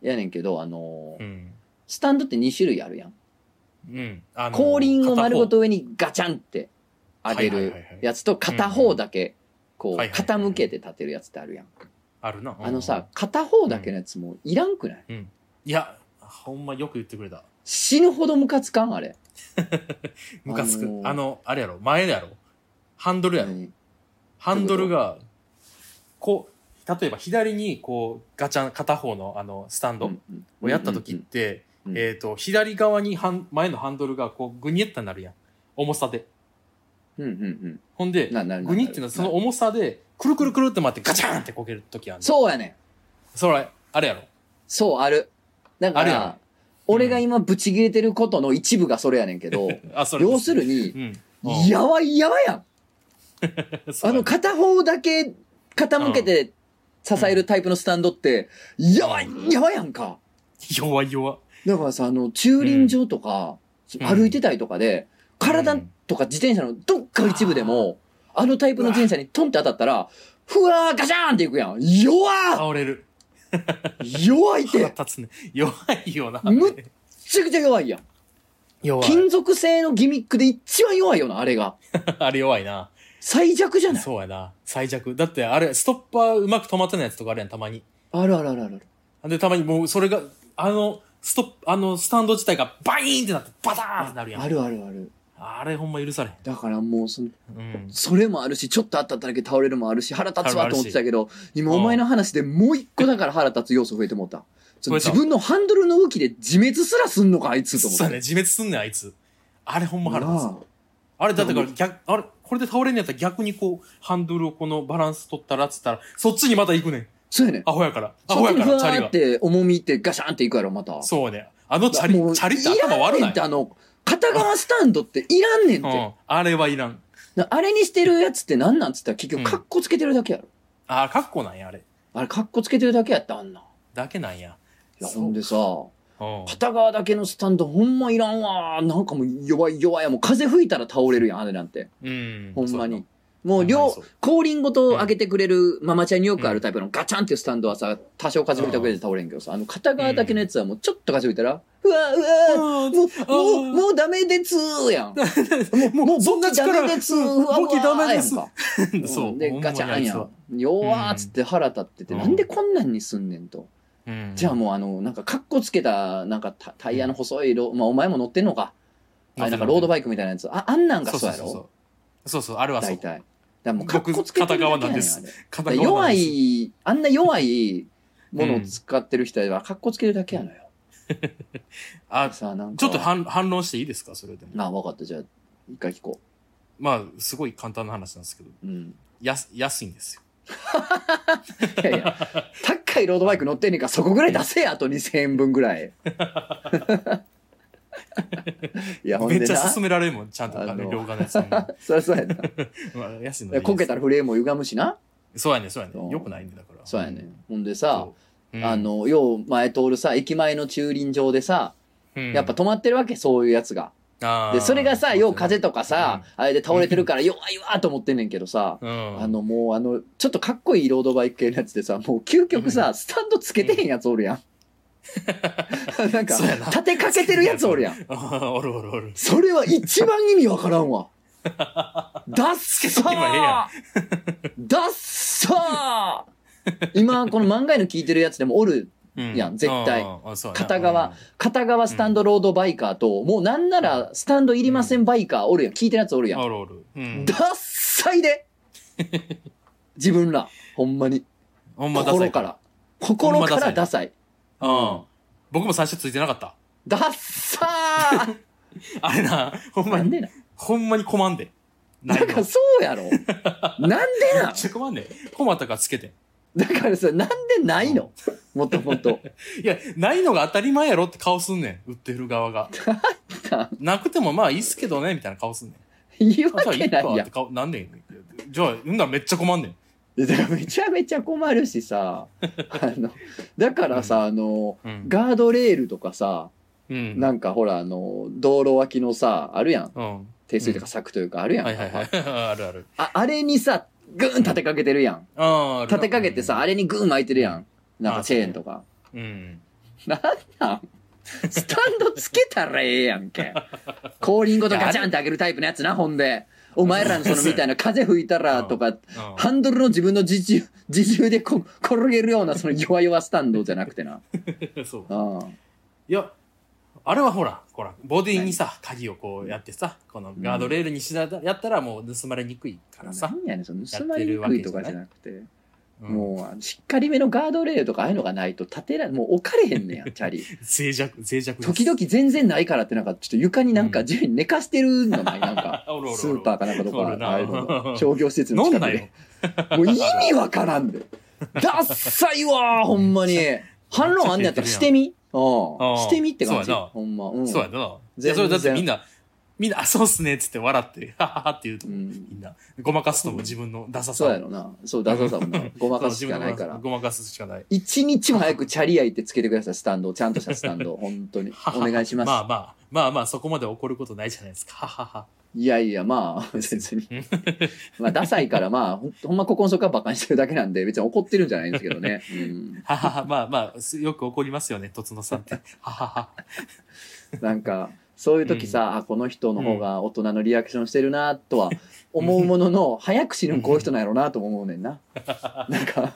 Speaker 1: やねんけどあの、
Speaker 2: うん。
Speaker 1: スタンドって2種類あるやん
Speaker 2: うん。あの
Speaker 1: 後輪を丸ご。と上にガチャンって上げ
Speaker 2: はいはい
Speaker 1: る
Speaker 2: はいはい
Speaker 1: やつと片方だけこう
Speaker 2: はいはいはい
Speaker 1: 傾けて立てるやつってあるやんか
Speaker 2: 片方あるな。うん
Speaker 1: あのさ。片方だけのやつもういらんくない
Speaker 2: いや、ほんまよく言ってくれた。
Speaker 1: 死ぬほどムカつかんあれ
Speaker 2: ムカつ
Speaker 1: あの
Speaker 2: く。
Speaker 1: ー
Speaker 2: あの、あれやろ。前やろ。ハンドルやろ。
Speaker 1: 何
Speaker 2: ハンドルが、こう、例えば左にこう、ガチャン、片方のあの、スタンド
Speaker 1: うん
Speaker 2: をやった時って、
Speaker 1: うんうんうん
Speaker 2: えっ、と、左側にハン前のハンドルがこう、グニエッタになるやん。重さで。
Speaker 1: うんうんうん
Speaker 2: ほんで、
Speaker 1: ななな
Speaker 2: グニっていうのはその重さで、くるくるくるって回ってガチャンってこける時ある
Speaker 1: そうやねん。
Speaker 2: それ、あれやろ。
Speaker 1: そう、ある。だか
Speaker 2: あるや
Speaker 1: ら
Speaker 2: ん、
Speaker 1: 俺が今ブチ切れてることの一部がそれやねんけど、
Speaker 2: あ、 それです。
Speaker 1: 要する
Speaker 2: う
Speaker 1: に、
Speaker 2: ん。
Speaker 1: やわいやわやん。
Speaker 2: そう
Speaker 1: あの、片方だけ傾けて支えるタイプのスタンドって、やわいやわやんか。
Speaker 2: 弱い弱い。
Speaker 1: だからさ、あの、駐輪場とか、
Speaker 2: うん
Speaker 1: 歩いてたりとかで、体とか自転車のどっか一部でも、あのタイプの自転車にトンって当たったら、ふわーガシャーンっていくやん。弱ー
Speaker 2: 倒れる。
Speaker 1: 弱いって、めっ
Speaker 2: 腹立つね。弱いよな。
Speaker 1: むちゃくちゃ弱いやん。
Speaker 2: 弱い。
Speaker 1: 金属製のギミックで一番弱いよな、あれが。
Speaker 2: あれ弱いな。
Speaker 1: 最弱じゃない
Speaker 2: そうやな。最弱。だってあれ、ストッパーうまく止まってないやつとかあるやん、たまに。
Speaker 1: あるあるあるある。
Speaker 2: で、たまにもうそれが、あの、ストップ、あの、スタンド自体がバイーンってなって、バターンってなるやん。
Speaker 1: あるあるある。
Speaker 2: あれほんま許されへん。
Speaker 1: だからもうその、
Speaker 2: うん。
Speaker 1: それもあるし、ちょっとあっただけ倒れるもあるし、腹立つわと思ってたけど、今
Speaker 2: う
Speaker 1: お
Speaker 2: ん
Speaker 1: 前の話でもう一個だから腹立つ要素増えてもった。その
Speaker 2: 増えた
Speaker 1: 自分のハンドルの動きで自滅すらすんのか、あいつと思
Speaker 2: そう
Speaker 1: っ
Speaker 2: や
Speaker 1: て。
Speaker 2: ね、自滅すんねん、あいつ。あれほんま腹立つ
Speaker 1: な。
Speaker 2: あれ、だってから逆、あれ、これで倒れんのやったら逆にこう、ハンドルをこのバランス取ったらっつったら、そっちにまた行くねん。
Speaker 1: そうやねん。
Speaker 2: アホやから。ア
Speaker 1: そ
Speaker 2: ホ
Speaker 1: こ
Speaker 2: や
Speaker 1: に
Speaker 2: か
Speaker 1: ふ
Speaker 2: ら、
Speaker 1: わ
Speaker 2: チャリ
Speaker 1: ー
Speaker 2: が
Speaker 1: っ。て重みってガシャンっていくやろ、また。
Speaker 2: そうね。あのチャリ、
Speaker 1: もう
Speaker 2: チャリって頭悪
Speaker 1: いらんね
Speaker 2: なんい
Speaker 1: って。あの、片側スタンドっていらんねんっ
Speaker 2: う
Speaker 1: て。
Speaker 2: ん。あれはいらん。
Speaker 1: なあれにしてるやつってなんなんつったら結
Speaker 2: う
Speaker 1: 局
Speaker 2: ん
Speaker 1: カッコつけてるだけやろ。
Speaker 2: ああ、格好なんや、あれ。
Speaker 1: あれ、カッコつけてるだけやった、あんな。
Speaker 2: だけなんや。
Speaker 1: いや、
Speaker 2: そう
Speaker 1: ほんでさ、
Speaker 2: うん。
Speaker 1: 片側だけのスタンド、ほんまいらんわ。なんかもう弱い弱いや。もう風吹いたら倒れるやん、あれなんて。
Speaker 2: うん。
Speaker 1: ほんま
Speaker 2: そう
Speaker 1: に
Speaker 2: や。
Speaker 1: もう
Speaker 2: ほんまに
Speaker 1: 両
Speaker 2: そう、
Speaker 1: 後輪ごと上げてくれる、ママちゃんによくあるタイプのガチャンっていうスタンドはさ、多少風吹いた上で倒れんけどさ、あの片側だけのやつはもうちょっと風吹いたら、うわうわ
Speaker 2: なうん
Speaker 1: もう、もう、
Speaker 2: あー
Speaker 1: もうダメでつーやん。
Speaker 2: もう、
Speaker 1: もう、
Speaker 2: そんな
Speaker 1: ダ
Speaker 2: 力、
Speaker 1: メでつー、ふわふ
Speaker 2: ボキダ
Speaker 1: わ
Speaker 2: メ
Speaker 1: や
Speaker 2: で
Speaker 1: ん
Speaker 2: す。
Speaker 1: か。
Speaker 2: そう。
Speaker 1: で、ガチャンやん。弱ーっつって腹立ってて、
Speaker 2: うん
Speaker 1: なんでこんなんにすんねんと。
Speaker 2: ん。
Speaker 1: じゃあもうあの、なんか、カッコつけた、なんかタ、タイヤの細いロ、まあ、お前も乗ってんのか。あれなんか、ロード
Speaker 2: バ
Speaker 1: バイクみたいなやつ。あ、あんなんがそうや
Speaker 2: そう
Speaker 1: ろ
Speaker 2: そうそうそうそう、あれはそ
Speaker 1: 大
Speaker 2: う。
Speaker 1: 体。だらもうかっこつけてるだけやねん
Speaker 2: 僕片側なんです
Speaker 1: あれ
Speaker 2: 肩
Speaker 1: だから
Speaker 2: が
Speaker 1: 弱い、あんな弱いものを使ってる人は、かっこつけるだけやのよ。
Speaker 2: あ
Speaker 1: さあ、なんか。
Speaker 2: ちょっと反反論していいですかそれでも
Speaker 1: なあ、わかった。じゃあ、一回聞こ
Speaker 2: まあすごい簡単な話なんですけど
Speaker 1: う。うん。
Speaker 2: 安安いんですよ
Speaker 1: いやい や、高いロードバイク乗ってんねんから、そこぐらい出せや、あと2000円分ぐら い。いや、ほん
Speaker 2: め
Speaker 1: で
Speaker 2: っ
Speaker 1: な。
Speaker 2: ちゃ勧
Speaker 1: そ
Speaker 2: められるもんちゃんと金
Speaker 1: あの
Speaker 2: 両金やつに ま
Speaker 1: りゃそうやな。
Speaker 2: あ安いの
Speaker 1: いやこけたら
Speaker 2: ら
Speaker 1: フレームを歪むしな。
Speaker 2: そうやねそうやね
Speaker 1: うん
Speaker 2: よくないんだから
Speaker 1: そうやね
Speaker 2: ん。
Speaker 1: ほんでさ、
Speaker 2: そううん
Speaker 1: あの、よう前通るさ、駅前の駐輪場でさ、
Speaker 2: うん
Speaker 1: やっぱ止まってるわけ、そういうやつが。
Speaker 2: あー
Speaker 1: で、それがさ、よう風とかさ、あれで倒れてるから弱いわと思ってんねんけどさ、
Speaker 2: うん
Speaker 1: あの、もうあの、ちょっとかっこいいロードバイク系のやつでさ、もう究極さ、スタンドつけてへんやつおるやん。なんか、
Speaker 2: そうやな
Speaker 1: 立てかけてるやつおるやん。
Speaker 2: おるおるおる
Speaker 1: それは一番意味わからんわ。 ダッ
Speaker 2: と
Speaker 1: サ
Speaker 2: けばええや
Speaker 1: ーダッサー今、この漫画の聞いてるやつでもおる、
Speaker 2: うん
Speaker 1: いや絶対
Speaker 2: あーあそうやな
Speaker 1: 片側片側スタンドロードバイカーと、もうなんならスタンドいりませんバイカーおるやん。聞いてるやつおる
Speaker 2: う
Speaker 1: や
Speaker 2: ん
Speaker 1: ん
Speaker 2: あ。るおるうん
Speaker 1: ダッサい で自分ら、ほんまに。
Speaker 2: ほんまダサ
Speaker 1: 心
Speaker 2: い
Speaker 1: から。心からダサい。
Speaker 2: うん僕も最初ついてなかった
Speaker 1: ダッサー
Speaker 2: あれなほんま
Speaker 1: なん
Speaker 2: に
Speaker 1: でな
Speaker 2: ほんまに困んでな
Speaker 1: なん
Speaker 2: い
Speaker 1: か
Speaker 2: の
Speaker 1: そう やろなんで
Speaker 2: め
Speaker 1: な
Speaker 2: っちゃ困んね困ったからつけて
Speaker 1: だからさ、なんでない のもともと。
Speaker 2: いやないのが当たり前やろって顔すんねん売ってる側が
Speaker 1: なん
Speaker 2: なくてもまあいいっすけどねみたいな顔すんね ん
Speaker 1: 言い
Speaker 2: あとは
Speaker 1: 訳
Speaker 2: いい
Speaker 1: な
Speaker 2: か
Speaker 1: い
Speaker 2: っ
Speaker 1: や
Speaker 2: て顔なんねんじゃあうんならめっちゃ困んねん
Speaker 1: ん。だからめちゃめちゃ困るしさ、あの、だからさ、あの、
Speaker 2: うん
Speaker 1: ガードレールとかさ、
Speaker 2: うん
Speaker 1: なんかほら、あの、道路脇のさ、あるやん。
Speaker 2: うん
Speaker 1: 定水とか柵というかあるやん。
Speaker 2: はいはいはいあるある
Speaker 1: ああれにさ、ぐーん立てかけてるやん。
Speaker 2: あーある
Speaker 1: 立てかけてさ、あれにグーン巻いてるやん。なん
Speaker 2: あ
Speaker 1: かチェーンとか。
Speaker 2: うん
Speaker 1: なんなんスタンドつけたらええやん け。後輪ごとガチャンって開けるタイプのやつな、ほんで。お前らのそのみたいな風吹いたらとか、
Speaker 2: うん
Speaker 1: ハンドルの自分の自重、自重でこ転げるようなその弱々スタンドじゃなくてな。
Speaker 2: そう
Speaker 1: うん。
Speaker 2: いや、あれはほら、ほら、ボディにさ、鍵をこうやってさ、このガードレールにしだ、やったらもう盗まれにくいからさ。
Speaker 1: 何やねん、その盗まれにくいとかじゃなくて。
Speaker 2: うん
Speaker 1: もう、しっかりめのガードレールとかああいうのがないと立てられ、もう置かれへんねや、チャ リ。
Speaker 2: 脆弱、脆弱です
Speaker 1: 時々全然ないからってなんかちょっと床になんか地面に寝かしてるのないなんか
Speaker 2: おるおるおる
Speaker 1: スーパーかなんかどこ
Speaker 2: おる
Speaker 1: か
Speaker 2: な
Speaker 1: ああいうの商業施設の
Speaker 2: 飲ん
Speaker 1: 近く
Speaker 2: なよ
Speaker 1: で。もう意味わからんでダッサいわーほんま に反論あんねやったらしてみうん
Speaker 2: あー
Speaker 1: してみって感じ
Speaker 2: そうやな
Speaker 1: ほんまうん
Speaker 2: そうやな。い
Speaker 1: 全然
Speaker 2: や、それだってみんな、みんな、あ、そうっすね、っつって笑って、はははって言うと、
Speaker 1: う
Speaker 2: み
Speaker 1: ん
Speaker 2: んな、ごまかすとも自分のダサさ
Speaker 1: そ
Speaker 2: を
Speaker 1: うやろなそうダサさも なごまかすしかないか
Speaker 2: そう自分の
Speaker 1: ら
Speaker 2: ごまかすしかない。
Speaker 1: 一日も早くチャリアいってつけてくださいスタンドをちゃんとしたスタンドを本 当にお願いします
Speaker 2: まあまあ、まあまあ、そこまで怒ることないじゃないですか。ははは。
Speaker 1: いやいや、まあ、 別に。まあ、ダサいから、まあ、ほんほんま、ここの底はバカにしてるだけなんで、別に怒ってるんじゃないんですけど ね。うん、
Speaker 2: ははは、まあまあ、すよく怒りますよね、とつのさんって。ははは。
Speaker 1: なんか、そういう時さ、あ、この人の方が大人のリアクションしてるな、とは思うもの の、早く死ぬこういう人なんやろうな、とも思うねんな。なんか、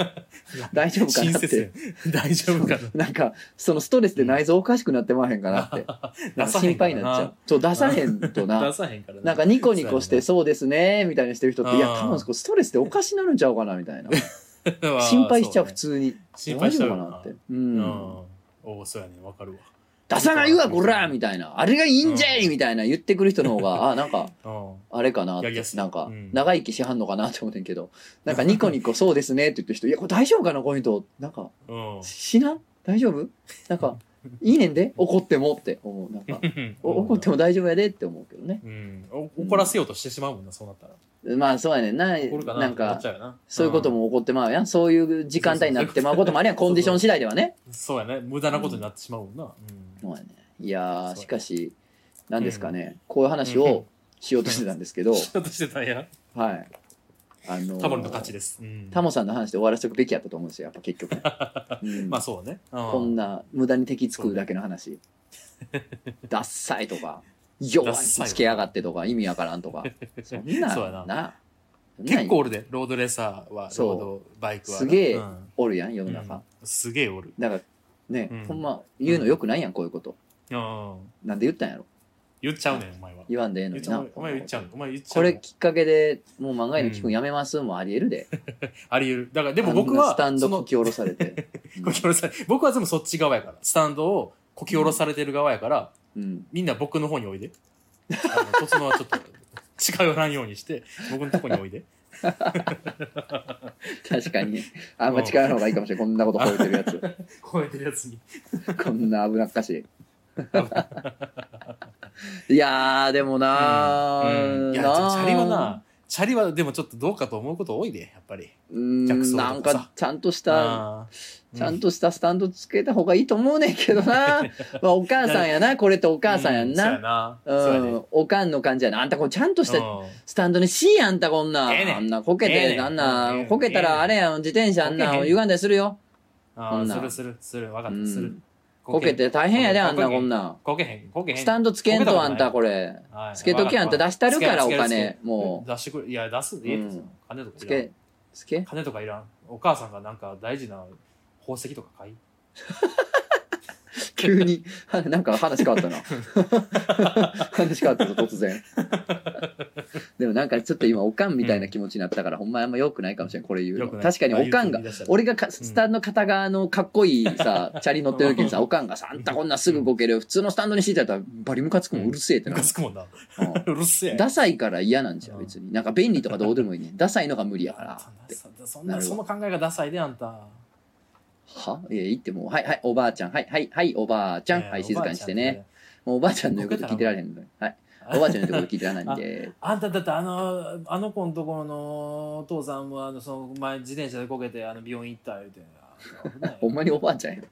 Speaker 1: 大丈夫か
Speaker 2: 親
Speaker 1: なっ
Speaker 2: 切
Speaker 1: て。
Speaker 2: や大丈夫かな。
Speaker 1: なんか、そのストレスで内臓おかしくなってまわへんかな って。なんか心配になっちゃう。そう、出さへんとな。
Speaker 2: 出さへんから
Speaker 1: なんかニコニコして「
Speaker 2: そ
Speaker 1: そうですね」みたいにしてる人って「いや
Speaker 2: あー
Speaker 1: 多分こうストレスでおかしになるんちゃうかな」みたいな
Speaker 2: うやな
Speaker 1: 心配しちゃう
Speaker 2: そ
Speaker 1: 普
Speaker 2: ね
Speaker 1: 通に
Speaker 2: 心配しちゃうよな
Speaker 1: 大丈夫かなって。う。
Speaker 2: うんんおおそうやねわかる
Speaker 1: 出さないわ、こらみたいな。あれがいいんじゃいみたいな言ってくる人の方が、あ、なんか、
Speaker 2: わ
Speaker 1: あれかなって
Speaker 2: やりやすい
Speaker 1: なんか
Speaker 2: うん、
Speaker 1: 長生きしはんのかなって思ってんけど、なんかニコニコそうですねって言ってる人、いや、これ大丈夫かな、この人。なんか、
Speaker 2: うんうん
Speaker 1: 死なん大丈夫なんか、いいねんで怒ってもって思う。なん か、お怒っても大丈夫やでって思うけどね。
Speaker 2: うんお怒らせようとしてしまうもんなそうなったら
Speaker 1: まあ、そうやねんな。
Speaker 2: 怒るかな
Speaker 1: なん
Speaker 2: な
Speaker 1: か
Speaker 2: っち、ゃうよな
Speaker 1: そういうことも起こってまうやん。そういう時間帯になってまうこともありやん。
Speaker 2: そうそう
Speaker 1: コンディション次第ではね。
Speaker 2: うんそうやね無駄なことになってしまうもんなうん
Speaker 1: そうやね。いやー、
Speaker 2: そうや
Speaker 1: しかし、何ですかね、こういう話をしようとしてたんです けど、
Speaker 2: ちょっとしてたんや
Speaker 1: はい。あのー
Speaker 2: タモリの勝ちですうん
Speaker 1: タモさんの話で終わらせておくべきやったと思うんですよ、やっぱ結 局ね。うん
Speaker 2: まあそうねうん
Speaker 1: こんな無駄に敵つくだけの話。ダッサいとか、弱いつけやがってとか、意味わからんと か。そんな、
Speaker 2: そうやな
Speaker 1: そんなん
Speaker 2: 結構おるでロードレーサーは
Speaker 1: そう
Speaker 2: ロードバイクは
Speaker 1: すげえ
Speaker 2: うん
Speaker 1: おるやん、世
Speaker 2: う
Speaker 1: の中。
Speaker 2: んすげえおる
Speaker 1: だから、ね、
Speaker 2: うん
Speaker 1: ほんま言うのよくないやん、こういうこと。
Speaker 2: うん
Speaker 1: なんで言ったんやろ。
Speaker 2: 言っちゃうねん、お前は。
Speaker 1: 言わんでええの
Speaker 2: 言っ
Speaker 1: に
Speaker 2: ちゃ
Speaker 1: な
Speaker 2: う。お前言っちゃう。お前言っちゃう。
Speaker 1: これきっかけでもう漫画への聞くんやめますもありえるで
Speaker 2: あり得る。だから、で
Speaker 1: で
Speaker 2: も僕は、
Speaker 1: スタンド
Speaker 2: その
Speaker 1: こき下ろされて
Speaker 2: こき下ろされ僕はでもそっち側やから。スタンドをこき下ろされてる側やから、
Speaker 1: うん
Speaker 2: みんな僕の方においで。あの、とつのはちょっと近寄らんようにして、僕のとこにお いで。
Speaker 1: 確かにあんま近い方がいいかもしれないこんなこと吠えてるや つ
Speaker 2: こうやってるやつに。
Speaker 1: こんな危なっかしいいやーでもなー、
Speaker 2: うんいや、チ
Speaker 1: なー
Speaker 2: ャリはな、チャリはでもちょっとどうかと思うこと多いで、やっぱり。
Speaker 1: うーん
Speaker 2: 客層とか
Speaker 1: なんかちゃんとした
Speaker 2: あー
Speaker 1: ちゃん、としたスタンドつけた方がいいと思うねんけどな まあお母さんやなこれってお
Speaker 2: お
Speaker 1: 母さんやんな、う
Speaker 2: そうや
Speaker 1: ん
Speaker 2: な。
Speaker 1: おかんの感じやなあんたこれちゃんとした
Speaker 2: そうやで。うん
Speaker 1: スタンドに C やんたこんなん、
Speaker 2: ええねん
Speaker 1: あんなこけて、
Speaker 2: ええねん
Speaker 1: あん
Speaker 2: ええ
Speaker 1: な
Speaker 2: ねん
Speaker 1: こけたらあれやん自転車あんな
Speaker 2: こけへん
Speaker 1: ん歪んでするよ、
Speaker 2: あ
Speaker 1: こん
Speaker 2: ー
Speaker 1: なん
Speaker 2: するするする。わか
Speaker 1: う
Speaker 2: った、する
Speaker 1: ん。、こけ。て大変やであんな
Speaker 2: こけへ
Speaker 1: こ
Speaker 2: ん
Speaker 1: んなん
Speaker 2: こけへん、こけへん。
Speaker 1: スタンドつけん
Speaker 2: こけた
Speaker 1: と
Speaker 2: こ
Speaker 1: あ
Speaker 2: と
Speaker 1: ん
Speaker 2: ない
Speaker 1: たこれ
Speaker 2: はい
Speaker 1: つけときやんた出したるから
Speaker 2: つけ
Speaker 1: お金
Speaker 2: つけつけ
Speaker 1: もう
Speaker 2: 出してくれいや出すええですよ
Speaker 1: うん
Speaker 2: 金とか
Speaker 1: つ
Speaker 2: いらん
Speaker 1: けつけ
Speaker 2: 金とかいらんお母さんがなんか大事な宝石とか買い
Speaker 1: 急に なんか話変わった な話変わったぞ突然でもなんかちょっと今おかんみたいな気持ちになったから、ほんまあんま良くないかもしれんこれ言う
Speaker 2: よ
Speaker 1: の
Speaker 2: くない
Speaker 1: 確かにおかんが
Speaker 2: あ言うて言い出したら
Speaker 1: 俺がかスタンド片側のかっこいいさ、チャリ乗ってる時にさ、おかんがさ、あんたこんなすぐこける、普通のスタンドに敷いてあったらバリムカつくもんうるせえってな
Speaker 2: ムカ
Speaker 1: る。
Speaker 2: つくもんな
Speaker 1: うん
Speaker 2: うるせえ
Speaker 1: ダサいから嫌なんじゃん、
Speaker 2: うん
Speaker 1: 別に。なんか便利とかどうでもいいね。ダサいのが無理やか
Speaker 2: あ
Speaker 1: ら
Speaker 2: ん。た
Speaker 1: って
Speaker 2: ダサそん
Speaker 1: な
Speaker 2: な
Speaker 1: る
Speaker 2: その考えがダサいであんた
Speaker 1: はいや、いいってもう、はいはい、おばあちゃん、はいはい、はい、おばあちゃん、はい、静かにしてね。もうおばあちゃんの言うこと聞いてられへんのよ。はい。おばあちゃんの言うこと聞いてられないんで。
Speaker 2: あんただってあのあの子のところのお父さんはあのその前自転車でこけてあの病院行った言うて
Speaker 1: ほんまに おばあちゃんや。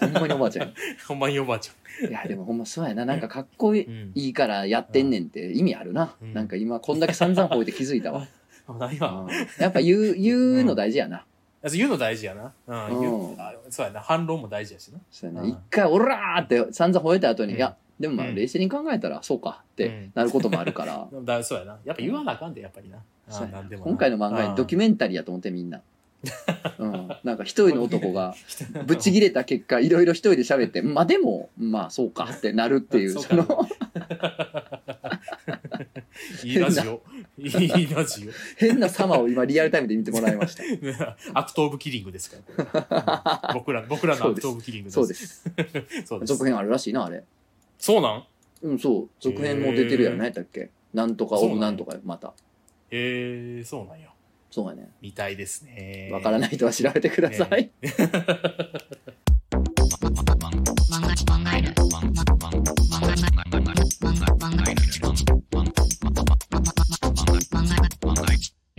Speaker 1: ほんまにおばあちゃんや。
Speaker 2: ほんまにおばあち
Speaker 1: いや、でもほんまそうやな。なんかかっこいい
Speaker 2: ゃん、うん
Speaker 1: いいからやってんねんって意味あるな。
Speaker 2: うん
Speaker 1: なんか今こんだけ散々吠えて気づいたわ。
Speaker 2: 何や
Speaker 1: うんやっぱ言 う言うの大事やな。
Speaker 2: 言うの大事やな、うん言
Speaker 1: う
Speaker 2: う
Speaker 1: ん
Speaker 2: あそうやな反論も大事やしな
Speaker 1: そうや
Speaker 2: う
Speaker 1: なん一回、おらーって散々吠えた後に、
Speaker 2: うん
Speaker 1: いや、でもまあ
Speaker 2: うん
Speaker 1: 冷静に考えたら、そうかっ
Speaker 2: う
Speaker 1: て
Speaker 2: ん
Speaker 1: なることもあるから。
Speaker 2: だそうやなやっぱ言わなあかんでやっぱりな
Speaker 1: そうやな
Speaker 2: なんでもな
Speaker 1: 今回の漫画
Speaker 2: う
Speaker 1: に
Speaker 2: ん
Speaker 1: ドキュメンタリーやと思ってみ んな。うん、なんか一人の男がぶち切れた結果いろいろ一人で喋ってまあでもまあそうかってなるっていう
Speaker 2: そう
Speaker 1: そ
Speaker 2: か
Speaker 1: の
Speaker 2: いいラジ オ。いいラ ジ
Speaker 1: 変な様を今リアルタイムで見てもらいま した
Speaker 2: オ。アクトーブキリングですから。これ僕ら、僕らのアクトーブキリング。
Speaker 1: そうですす
Speaker 2: そうです。
Speaker 1: 続編あるらしいなあれ
Speaker 2: そうなん
Speaker 1: うんそう続編も出てるやろ
Speaker 2: へー
Speaker 1: 何やったっけなんとか
Speaker 2: そう
Speaker 1: オ
Speaker 2: な
Speaker 1: ブ
Speaker 2: の
Speaker 1: なんとかよまた
Speaker 2: えー、そうなんよ。
Speaker 1: そうやね
Speaker 2: みたいですね。
Speaker 1: わから
Speaker 2: い。
Speaker 1: ない人は調べてください。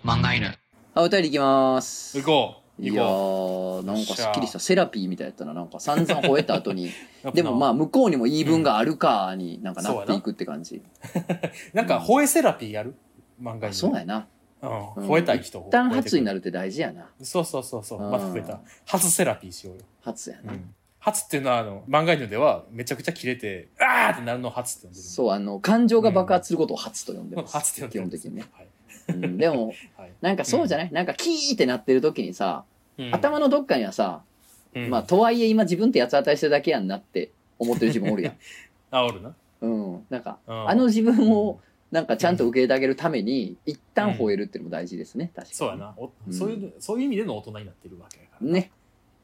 Speaker 3: Mangainer.
Speaker 1: あ、お便りいきます。
Speaker 2: 行こう。
Speaker 1: い
Speaker 2: 行
Speaker 1: や
Speaker 2: こ
Speaker 1: ー、なんかすっきりし。
Speaker 2: よっした
Speaker 1: セラピーみたいやったな。なんか散々吠えた後に、
Speaker 2: う。
Speaker 1: でもま
Speaker 2: あ。
Speaker 1: あ向こうにも言い分があるかになんかなっていくって感じ。
Speaker 2: なんか、吠えセラピーやる漫画
Speaker 1: あ
Speaker 2: に。
Speaker 1: そうやな。
Speaker 2: うん。
Speaker 1: うん
Speaker 2: 吠えたい人を。
Speaker 1: 一旦初にな
Speaker 2: る。
Speaker 1: るって大事やな。
Speaker 2: そうそうそう。そう
Speaker 1: うん
Speaker 2: また増えた。初セラピーしようよ。
Speaker 1: 初やな。
Speaker 2: うん。初っていうのは、あの、漫画犬では、めちゃくちゃキレて、あーってなるのを初って呼んでる。
Speaker 1: そう、あの、感情が爆発することを初と呼んでます。
Speaker 2: 初って呼んで
Speaker 1: 基
Speaker 2: る
Speaker 1: 本
Speaker 2: んで
Speaker 1: 的
Speaker 2: すよ
Speaker 1: にね。
Speaker 2: はい。
Speaker 1: うんで も、
Speaker 2: はい
Speaker 1: なんかそうじゃないなんかキーってなってる時にさ、
Speaker 2: うん
Speaker 1: 頭のどっかにはさ、
Speaker 2: うん
Speaker 1: まあとはいえ今自分って八つ当たりしてるだけやんなって思ってる自分お るやん。
Speaker 2: あおるな、
Speaker 1: うん。なんか、
Speaker 2: うん
Speaker 1: あの自分を、なんかちゃんと受け入れてあげるために、一旦吠えるっていうのも大事ですね、確かに。
Speaker 2: そうや。なお
Speaker 1: うん
Speaker 2: そういうそういう意味での大人になってるわけやから
Speaker 1: ね。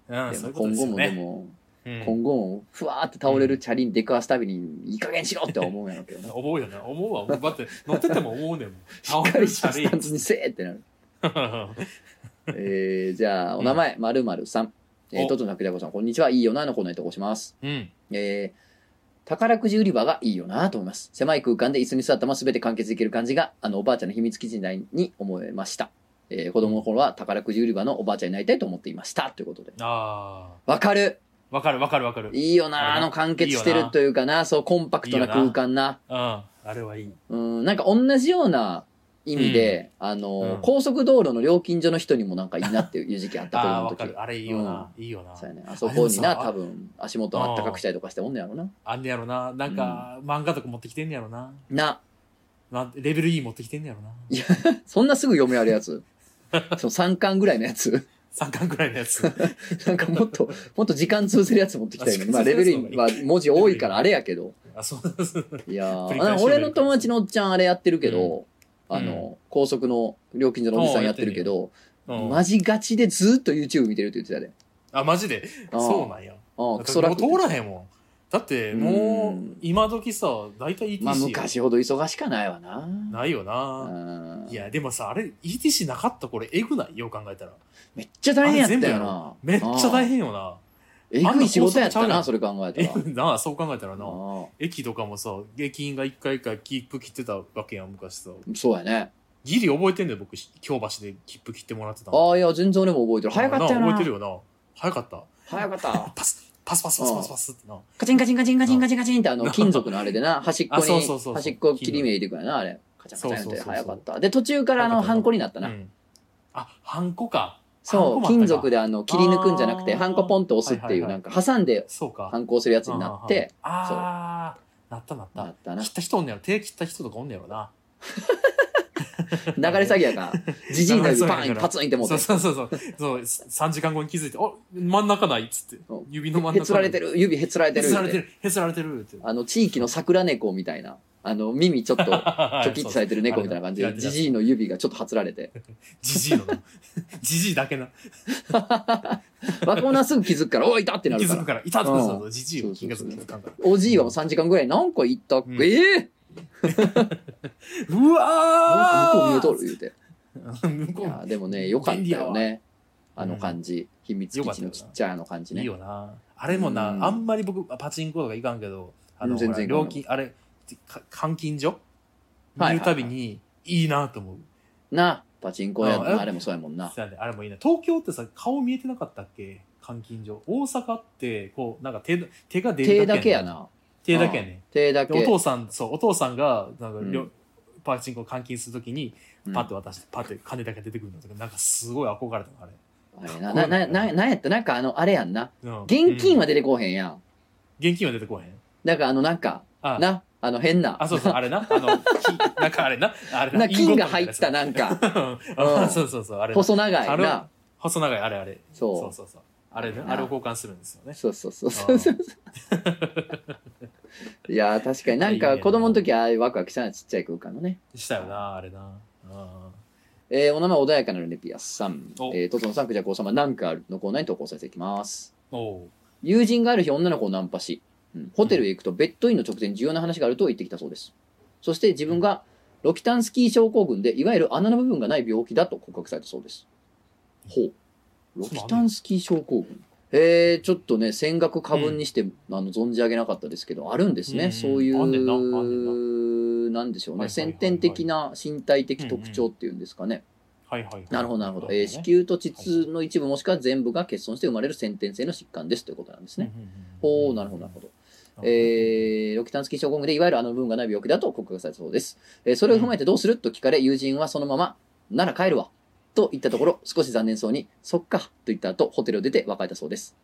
Speaker 2: な、うん、
Speaker 1: で
Speaker 2: そうい
Speaker 1: も
Speaker 2: うこと
Speaker 1: 今
Speaker 2: で
Speaker 1: 後
Speaker 2: すよ
Speaker 1: も
Speaker 2: ね
Speaker 1: でも、
Speaker 2: うん
Speaker 1: 今後も、ふわーって倒れるチャリに出くわすたびに、いい加減しろって思うんやろうけどな。
Speaker 2: 思うよな思うわだって乗ってても思うねんもん
Speaker 1: しっかりしたスタンスにせえってなる。えー、じゃあ、お名前、まるまるさん。えー、
Speaker 2: お
Speaker 1: ととなくじゃこさん、こんにちは。いいよな、のコーナーに投稿します。
Speaker 2: うん
Speaker 1: えー、宝くじ売り場がいいよなと思います。狭い空間で椅子に座ったまま全て完結できる感じが、あの、おばあちゃんの秘密基地内に思いました。えー、子供の頃は宝くじ売り場のおばあちゃんになりたいと思っていました。ということで。
Speaker 2: あ
Speaker 1: わかる
Speaker 2: ーわかるわかるわかるうん
Speaker 1: いいよなあ
Speaker 2: あれな
Speaker 1: の完結してるというかなそうコンパクトない
Speaker 2: いよ
Speaker 1: 空
Speaker 2: な
Speaker 1: 間な
Speaker 2: あれはいい
Speaker 1: うんなんか同じような意味で、あの、
Speaker 2: うん
Speaker 1: 高速道路の料金所の人にもなんかいいなっていう時期あった子供
Speaker 2: あー
Speaker 1: の
Speaker 2: わ
Speaker 1: 時
Speaker 2: かるあれいいよな、いいよな
Speaker 1: そうやねあそこにな
Speaker 2: あでもさ
Speaker 1: 多分足元あったかくしたりとかしておんねやろな
Speaker 2: あんねやろななんか、漫画とか持ってきてんねやろな
Speaker 1: な
Speaker 2: なレベル E 持ってきてんねやろない
Speaker 1: やそんなすぐ読めあるやつその3巻ぐらいのやつ
Speaker 2: 3巻くらいのやつ。
Speaker 1: なんかもっと、もっと時間潰せるやつ持ってきたい のに。まあ、レベルインは文字多いからあれやけど。
Speaker 2: あ、そうです。
Speaker 1: いやー
Speaker 2: 繰り返し
Speaker 1: 俺の友達のおっちゃんあれやってるけど、
Speaker 2: うん
Speaker 1: あの、高速の料金所のおじさんやってるけど、
Speaker 2: うん
Speaker 1: マジガチでずーっと YouTube 見てるって言ってたで。
Speaker 2: あ、マジで。
Speaker 1: あー
Speaker 2: そうなん
Speaker 1: あ
Speaker 2: や。だ
Speaker 1: あ、
Speaker 2: って
Speaker 1: クソ楽。
Speaker 2: もう通らへんもん。だって、も
Speaker 1: うん
Speaker 2: う、今時さ、大体 ETC
Speaker 1: まあ、昔ほど忙しかないわな。
Speaker 2: ないよな。
Speaker 1: うん
Speaker 2: いや、でもさ、あれ、ETC なかったこれ、えぐないよ、考えたら。
Speaker 1: めっちゃ大変やっ
Speaker 2: あれ全部
Speaker 1: た
Speaker 2: や
Speaker 1: よ
Speaker 2: ろ
Speaker 1: な。
Speaker 2: めっちゃ大
Speaker 1: 変。
Speaker 2: 変よな。
Speaker 1: えぐい仕事やっ
Speaker 2: あ
Speaker 1: た
Speaker 2: んな高速ちゃうや
Speaker 1: な、そ
Speaker 2: ん
Speaker 1: れ考えた
Speaker 2: え
Speaker 1: ら。
Speaker 2: ぐいな、そう考えたらな。
Speaker 1: あ
Speaker 2: 駅とかもさ、駅員が一回一回切符切ってたわけやん、昔さ。
Speaker 1: あそうやね。
Speaker 2: ギリ覚えてんだよ、僕、京橋で切符切ってもらってたの
Speaker 1: ああ、いや、全然俺も覚えてる。早かったよな。
Speaker 2: 覚えてるよな。早かった。
Speaker 1: 早か った。
Speaker 2: パス、パスパスパスパスパスってな。
Speaker 1: カチンカチンカチンカチンカチンカチンってあの金属のあれで な、端っこ
Speaker 2: あそうそうそ
Speaker 1: に、
Speaker 2: うそう
Speaker 1: 端っこ切り目入れてくからな、あれ。カチャンカチャンっ
Speaker 2: そう
Speaker 1: て
Speaker 2: そうそうそ
Speaker 1: 早
Speaker 2: う
Speaker 1: かった。で、途中からあの、
Speaker 2: 早かった
Speaker 1: ハンコになった
Speaker 2: う
Speaker 1: な。
Speaker 2: ん。あ、ハンコか。
Speaker 1: そ
Speaker 2: ハンコ
Speaker 1: う、
Speaker 2: もあったか
Speaker 1: 金属であの、切り抜くんじゃなくて、
Speaker 2: あー
Speaker 1: ハンコポンって押すってい
Speaker 2: は
Speaker 1: う、
Speaker 2: いはい
Speaker 1: な
Speaker 2: は
Speaker 1: んか挟んで
Speaker 2: そうか。
Speaker 1: ハンコをするやつになって、
Speaker 2: ああ、なったなっ
Speaker 1: な
Speaker 2: た。
Speaker 1: ったな。
Speaker 2: 切った人おんねやろ。手切った人とかおんねやろな。
Speaker 1: 流れ詐欺や から、じじいの指パ
Speaker 2: 流れ詐欺や
Speaker 1: ン
Speaker 2: から
Speaker 1: パツンって持っ
Speaker 2: そ
Speaker 1: て
Speaker 2: う、そうそうそう。そう、3時間後に気づいて、お真ん中ないっつって
Speaker 1: うん。
Speaker 2: 指の真ん中。
Speaker 1: へつられて。る、指へつられて
Speaker 2: へ
Speaker 1: る
Speaker 2: つられ
Speaker 1: ってて。
Speaker 2: る。へつられてるって。
Speaker 1: あの、地域の桜猫みたいな、あの、耳ちょっと、チ
Speaker 2: ち
Speaker 1: ョキッとされてる猫みたいな感じで、じじいの指がちょっとはつられて。
Speaker 2: じじいのな。じじいだけな。
Speaker 1: 若者はすぐ気づくから、おい、いたってな
Speaker 2: 気
Speaker 1: るか
Speaker 2: づ
Speaker 1: ら
Speaker 2: く。から、いたと
Speaker 1: うん
Speaker 2: そうじじいを気が付く
Speaker 1: そう
Speaker 2: かんから。
Speaker 1: おじいはもう3時間ぐらい何回行ったっけ、
Speaker 2: うん
Speaker 1: ええ
Speaker 2: う
Speaker 1: なん
Speaker 2: わ
Speaker 1: か
Speaker 2: ー
Speaker 1: 向こう見えとる言うて。
Speaker 2: 向
Speaker 1: い
Speaker 2: こ
Speaker 1: や、でもね、よかったよね。あの感じ。秘密基地のちっちゃいあの感じ
Speaker 2: うい
Speaker 1: ね。
Speaker 2: いよなあれもな、
Speaker 1: うん
Speaker 2: あんまり僕パチンコとか行かんけどあ
Speaker 1: う
Speaker 2: の
Speaker 1: ん全然
Speaker 2: ほら
Speaker 1: 行かん
Speaker 2: 料金あれか監禁所
Speaker 1: はいはいは
Speaker 2: 見
Speaker 1: い
Speaker 2: るたびにいいなと思う、
Speaker 1: な、パチンコ屋
Speaker 2: うん
Speaker 1: のあれもそうやもんな。
Speaker 2: そうやねあれもいいな東京ってさ顔見えてなかったっけ監禁所大阪ってこうなんか手の手が出る
Speaker 1: 手
Speaker 2: ん
Speaker 1: だけやな。
Speaker 2: 手だけやね
Speaker 1: 手だ
Speaker 2: でお
Speaker 1: け。
Speaker 2: 父さんそうお父さんがなんか、りょ
Speaker 1: うん
Speaker 2: パチンコ監禁するときに
Speaker 1: うん
Speaker 2: パッて渡して、パッて金だけ出てくるのとかなんかすごい憧れたのあれ、
Speaker 1: あれな、な、な、ななんやったなんかあの、あれやんな。
Speaker 2: うん
Speaker 1: 現金は
Speaker 2: うん
Speaker 1: 出てこうへんやん。
Speaker 2: 現金は出てこへん
Speaker 1: だからあの、なんか、
Speaker 2: あ
Speaker 1: な、あの変な
Speaker 2: あ、。そうそう、あれな。あの、 金なんかあれな。あれ
Speaker 1: な、金が入った。
Speaker 2: イン
Speaker 1: なんか、
Speaker 2: ゴットみたいなやつ うんそうそうそう、あれな。
Speaker 1: 細長
Speaker 2: あ
Speaker 1: い
Speaker 2: れ
Speaker 1: な。
Speaker 2: 細長い、あれあれ。
Speaker 1: そう
Speaker 2: そうそうそう。あれね、
Speaker 1: な
Speaker 2: あれを交換するんですよね。
Speaker 1: そうそうそうそうそう。いやー確かになん
Speaker 2: いやいい
Speaker 1: か
Speaker 2: ね
Speaker 1: 子供の時ああいうワクワクしたなちっちゃい空間のね。
Speaker 2: したよな、あれな。うん
Speaker 1: えーお名前穏やかなるネピアスさん、
Speaker 2: お
Speaker 1: えー、トトンさん、クジャコウ様、なんかあるのコーナーに投稿されていきます。
Speaker 2: おう
Speaker 1: 友人がある日、女の子をナンパし、うんホテルへ行くと、ベッドインの直前に重要な話があると言ってきたそうです。そして自分がロキタンスキー症候群で、いわゆる穴の部分がない病気だと告白されたそうです。ほう。ロキタンスキー症候群えー、ちょっとね、戦学過分にして、あの存じ上げなかったですけど、あるんですね、
Speaker 2: うん
Speaker 1: そういう。
Speaker 2: あんねんなあんねん
Speaker 1: なんでしょうね、
Speaker 2: はいはいはいはい
Speaker 1: 先天的な身体的特徴っていうんですかね、
Speaker 2: はいはいはい。
Speaker 1: なるほど、なるほど。えー
Speaker 2: ね
Speaker 1: 子宮と膣の一部もしくは全部が欠損して生まれる先天性の疾患ですということなんですね。。ほう、なるほど、なるほど。
Speaker 2: ど
Speaker 1: えー、ロキタンスキー症候群でいわゆるあの部分がない病気だと告白されたそうです。えーそれを踏まえてどうすると聞かれ、友人はそのまま、なら帰るわ。と言ったところ、少し残念そうに、そっか、と言った後、ホテルを出て別れたそうです。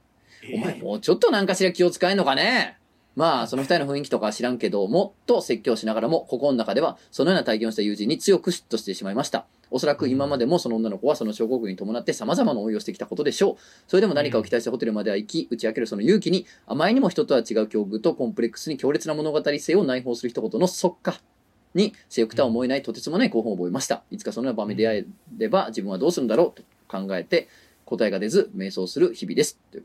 Speaker 1: お前もうちょっとなんかしら気を使えんのかねまあ、その二人の雰囲気とかは知らんけど、もっと説教しながらも、心の中では、そのような体験をした友人に強く嫉妬してしまいました。おそらく今までもその女の子はその症候群に伴って様々な応用をしてきたことでしょう。それでも何かを期待してホテルまでは行き、打ち明けるその勇気に、あまりにも人とは違う境遇とコンプレックスに強烈な物語性を内包する一言のそっか。に、性欲とは思えないとてつもない興奮を覚えました。いつかそのような場面に出会えれば、自分はどうするんだろうと考えて、答えが出ず、迷走する日々です。という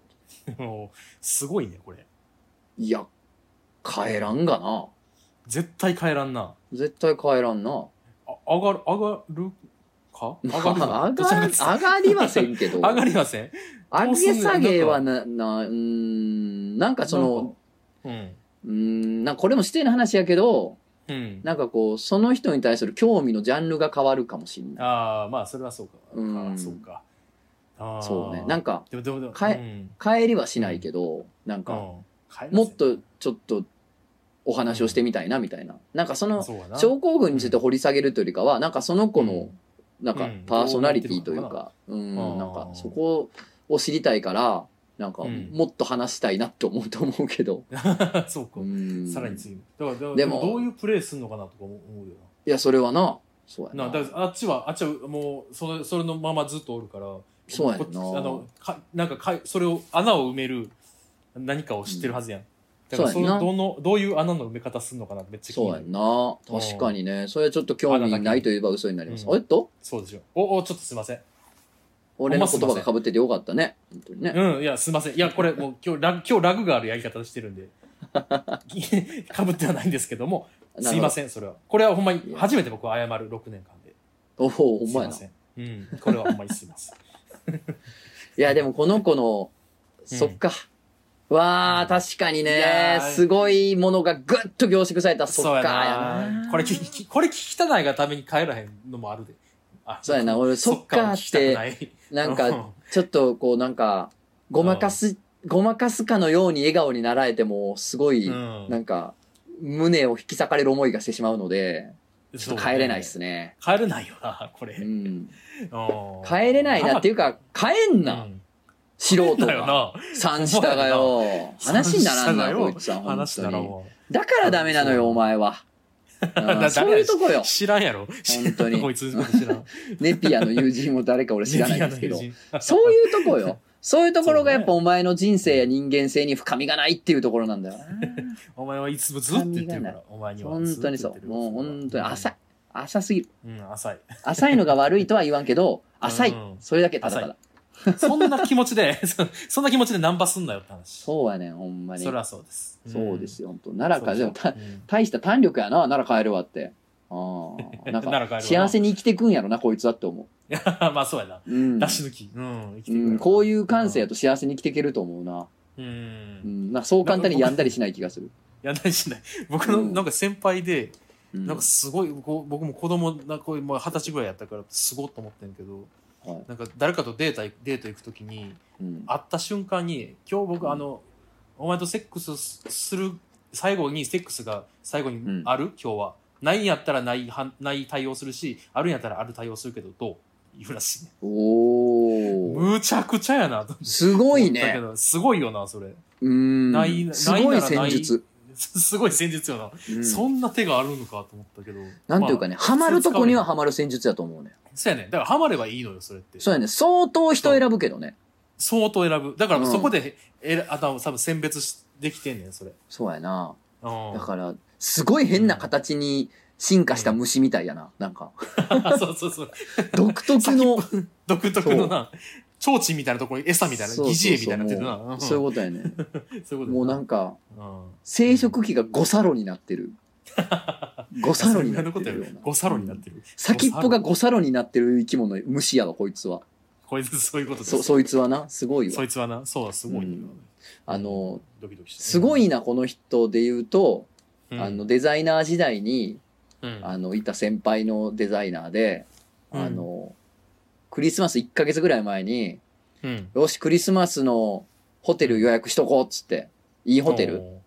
Speaker 2: えー。もうすごいね、これ。
Speaker 1: いや、帰らんがな。
Speaker 2: 絶対帰らんな。
Speaker 1: 絶対帰らんな。
Speaker 2: あ上がる、上がるか上がる
Speaker 1: まあ
Speaker 2: か
Speaker 1: 上
Speaker 2: どちら
Speaker 1: が
Speaker 2: かです
Speaker 1: 上がりませんけど、
Speaker 2: 上
Speaker 1: 上
Speaker 2: がりません。
Speaker 1: げ下げはな、な、うーん、なんかそ
Speaker 2: なん
Speaker 1: の
Speaker 2: か、うん。
Speaker 1: うーん、なんかこれも指定の話やけど、
Speaker 2: うん。
Speaker 1: なんかこう、その人に対する興味のジャンルが変わるかもしんない。
Speaker 2: ああ、まあ、それはそうか。
Speaker 1: うん
Speaker 2: あーそうか。あー
Speaker 1: そうね。なんか、
Speaker 2: でもでもでも、
Speaker 1: かえ
Speaker 2: うん
Speaker 1: 帰りはしないけど、なんか、
Speaker 2: うん
Speaker 1: もっとちょっとお話をしてみたいな、みたいな。なんかその、
Speaker 2: そうやな
Speaker 1: 症候群について掘り下げるというよりかは、なんかその子
Speaker 2: う
Speaker 1: の
Speaker 2: ん、
Speaker 1: なんか
Speaker 2: うん
Speaker 1: パーソナリティというか、う、
Speaker 2: うかなん
Speaker 1: なんか
Speaker 2: あー
Speaker 1: そこを知りたいから、なんか
Speaker 2: うん
Speaker 1: もっと話したいなって思うと思うけど、
Speaker 2: そうか、
Speaker 1: うん
Speaker 2: さらに
Speaker 1: い
Speaker 2: 次のだからだから
Speaker 1: で
Speaker 2: で
Speaker 1: も
Speaker 2: もどういうプレイするのかなとか思うよ
Speaker 1: や、それはな、そうや
Speaker 2: な
Speaker 1: な。
Speaker 2: なだからあっちはあっちはもうそれそれのままずっとおるから
Speaker 1: そうやんな
Speaker 2: こっちあのかなんかかそれを穴を埋める何かを知ってるはずやん、だから
Speaker 1: そ
Speaker 2: そう
Speaker 1: やんな
Speaker 2: のどのどういう穴の埋め方するのかなってめっちゃ気に
Speaker 1: そう
Speaker 2: な
Speaker 1: や
Speaker 2: る
Speaker 1: んな確かにねそれはちょっと興味ないといえば嘘になります、
Speaker 2: うん
Speaker 1: えっと
Speaker 2: そうでしょおおちょっとすいません
Speaker 1: 俺の言葉が被っててよかったね本当にね、
Speaker 2: うんいやすいませんいやこれもう今日ラグ 今日ラグがあるやり方してるんで かぶってはないんですけどもすいませんそれはこれはほんまに初めて僕は謝る6年間で
Speaker 1: んおおお
Speaker 2: す
Speaker 1: 前
Speaker 2: いま
Speaker 1: な
Speaker 2: せ
Speaker 1: い
Speaker 2: んうんこれはほんまにすいません
Speaker 1: やでもこの子の、そっかわあ確かに
Speaker 2: いや
Speaker 1: ね
Speaker 2: ー
Speaker 1: すごいものがぐっと凝縮されたそ
Speaker 2: そう
Speaker 1: っ
Speaker 2: や
Speaker 1: か
Speaker 2: な
Speaker 1: やな
Speaker 2: これ聞きこれ聞きたないがために帰らへんのもあるであ
Speaker 1: そうやな俺そっか
Speaker 2: を聞きたくない
Speaker 1: なん
Speaker 2: う
Speaker 1: か
Speaker 2: ん
Speaker 1: ちょっとこうなんかごまかすごまかすかのように笑顔になられてもすごい、
Speaker 2: うん
Speaker 1: なんか胸を引き裂かれる思いがしてしまうのでちょっと帰れないっす
Speaker 2: ね
Speaker 1: ね
Speaker 2: 帰れないよなこれ、
Speaker 1: う
Speaker 2: うん
Speaker 1: ん帰れないなっていううか帰んな、
Speaker 2: ん
Speaker 1: 素人
Speaker 2: だよ
Speaker 1: が
Speaker 2: な
Speaker 1: 三下がよ話にならんな
Speaker 2: 三下がよ
Speaker 1: こいつは本
Speaker 2: 話
Speaker 1: 当
Speaker 2: だ
Speaker 1: に
Speaker 2: ろ
Speaker 1: だからダメなのよお前 は
Speaker 2: だ
Speaker 1: うんそういうとこよ
Speaker 2: う 知らんやろ
Speaker 1: 本当に
Speaker 2: こいつのこと知らん
Speaker 1: ネピアの友人も誰か俺知らないんですけど
Speaker 2: メディアの友人
Speaker 1: そういうとこよそういうところがやっ
Speaker 2: そ
Speaker 1: ぱお前の人生や人間性に深みがないっていうところなんだよな
Speaker 2: お前 はいつもずっと言ってるからお前には
Speaker 1: 本当にそうもう本当に浅い浅すぎる
Speaker 2: いうん浅い
Speaker 1: 浅いのが悪いとは言わんけど浅い
Speaker 2: うん
Speaker 1: それだけただた
Speaker 2: 浅
Speaker 1: だ
Speaker 2: そんな気持ちで そそんな気持ちでナンパすんなよって話
Speaker 1: そうやねんほんまに
Speaker 2: それはそうです
Speaker 1: そうです
Speaker 2: よ
Speaker 1: よ本当奈良かでもた
Speaker 2: うん
Speaker 1: 大した胆力やな奈良帰るわってああ なん
Speaker 2: 奈良帰る
Speaker 1: か
Speaker 2: わ
Speaker 1: 幸せに生きてくんやろなこいつはって思
Speaker 2: まあそうやな
Speaker 1: う、うん
Speaker 2: 出し抜きうん生きて
Speaker 1: う
Speaker 2: くる
Speaker 1: ん、こういう感性やと幸せに生きていけると思うな,、う
Speaker 2: う
Speaker 1: んん、なんかそう簡単にやんだりしない気がする、
Speaker 2: やんないしない僕の
Speaker 1: うん
Speaker 2: なんか先輩で
Speaker 1: うん、
Speaker 2: なんかすごいこう僕も子供なこうもう二十歳ぐらいやったからすごっと思ってんけど
Speaker 1: はい
Speaker 2: なんか誰かとデータデート行くときに
Speaker 1: うん
Speaker 2: 会った瞬間に今日僕あのお前とセックスする最後にセックスが最後
Speaker 1: う
Speaker 2: に
Speaker 1: ん
Speaker 2: ある、今日はないんやったらないはない対応するしあるんやったらある対応するけどどう言うらしいね
Speaker 1: おお
Speaker 2: むちゃくちゃやなと
Speaker 1: すごい
Speaker 2: だけ
Speaker 1: ね
Speaker 2: どすごいよなそれ
Speaker 1: うん
Speaker 2: ないない
Speaker 1: すごい
Speaker 2: ならな
Speaker 1: 戦
Speaker 2: い
Speaker 1: 術、
Speaker 2: すごい戦術よな、
Speaker 1: うん
Speaker 2: そんな手があるのかと思ったけど
Speaker 1: なんていうか
Speaker 2: ね、
Speaker 1: ね、ハマるとこにはハマる戦術やと思うね
Speaker 2: まあそうやねだからハマればいいのよそれって
Speaker 1: そうやね相当人選ぶけどね
Speaker 2: 相当選ぶだから
Speaker 1: うん
Speaker 2: そこで、えあ多分多分選別しできてんねんそれ
Speaker 1: そうやな
Speaker 2: うん
Speaker 1: だからすごい変な形に進化した虫みたいやななんか
Speaker 2: そうそうそう
Speaker 1: 独特 の
Speaker 2: 独特のな、提灯みたいなところに餌みたいな、
Speaker 1: そうそう
Speaker 2: 疑
Speaker 1: そう
Speaker 2: 似餌みたいになってるな。
Speaker 1: も
Speaker 2: ん
Speaker 1: うそういうことやね
Speaker 2: そういうこと
Speaker 1: もうなんか
Speaker 2: だなうん
Speaker 1: 生殖器が五サロになって る五サロになって
Speaker 2: そんな
Speaker 1: る
Speaker 2: こと
Speaker 1: よ
Speaker 2: よ
Speaker 1: うな
Speaker 2: 五サロになってる。
Speaker 1: 先っぽが五サロになってる生き物虫やわこいつは
Speaker 2: こいつ、そういうことです。
Speaker 1: そそいつはなすごい
Speaker 2: そ
Speaker 1: わ
Speaker 2: いつはな、そう、すごいよ
Speaker 1: うんあの、
Speaker 2: ドキドキして。
Speaker 1: すごいなこの人で言うと、
Speaker 2: うん、
Speaker 1: あのデザイナー時代に
Speaker 2: うん、
Speaker 1: あのいた先輩のデザイナーで、
Speaker 2: うん
Speaker 1: あのクリスマス1ヶ月ぐらい前に
Speaker 2: うん
Speaker 1: 「よしクリスマスのホテル予約しとこう」っつって「いいホテル
Speaker 2: お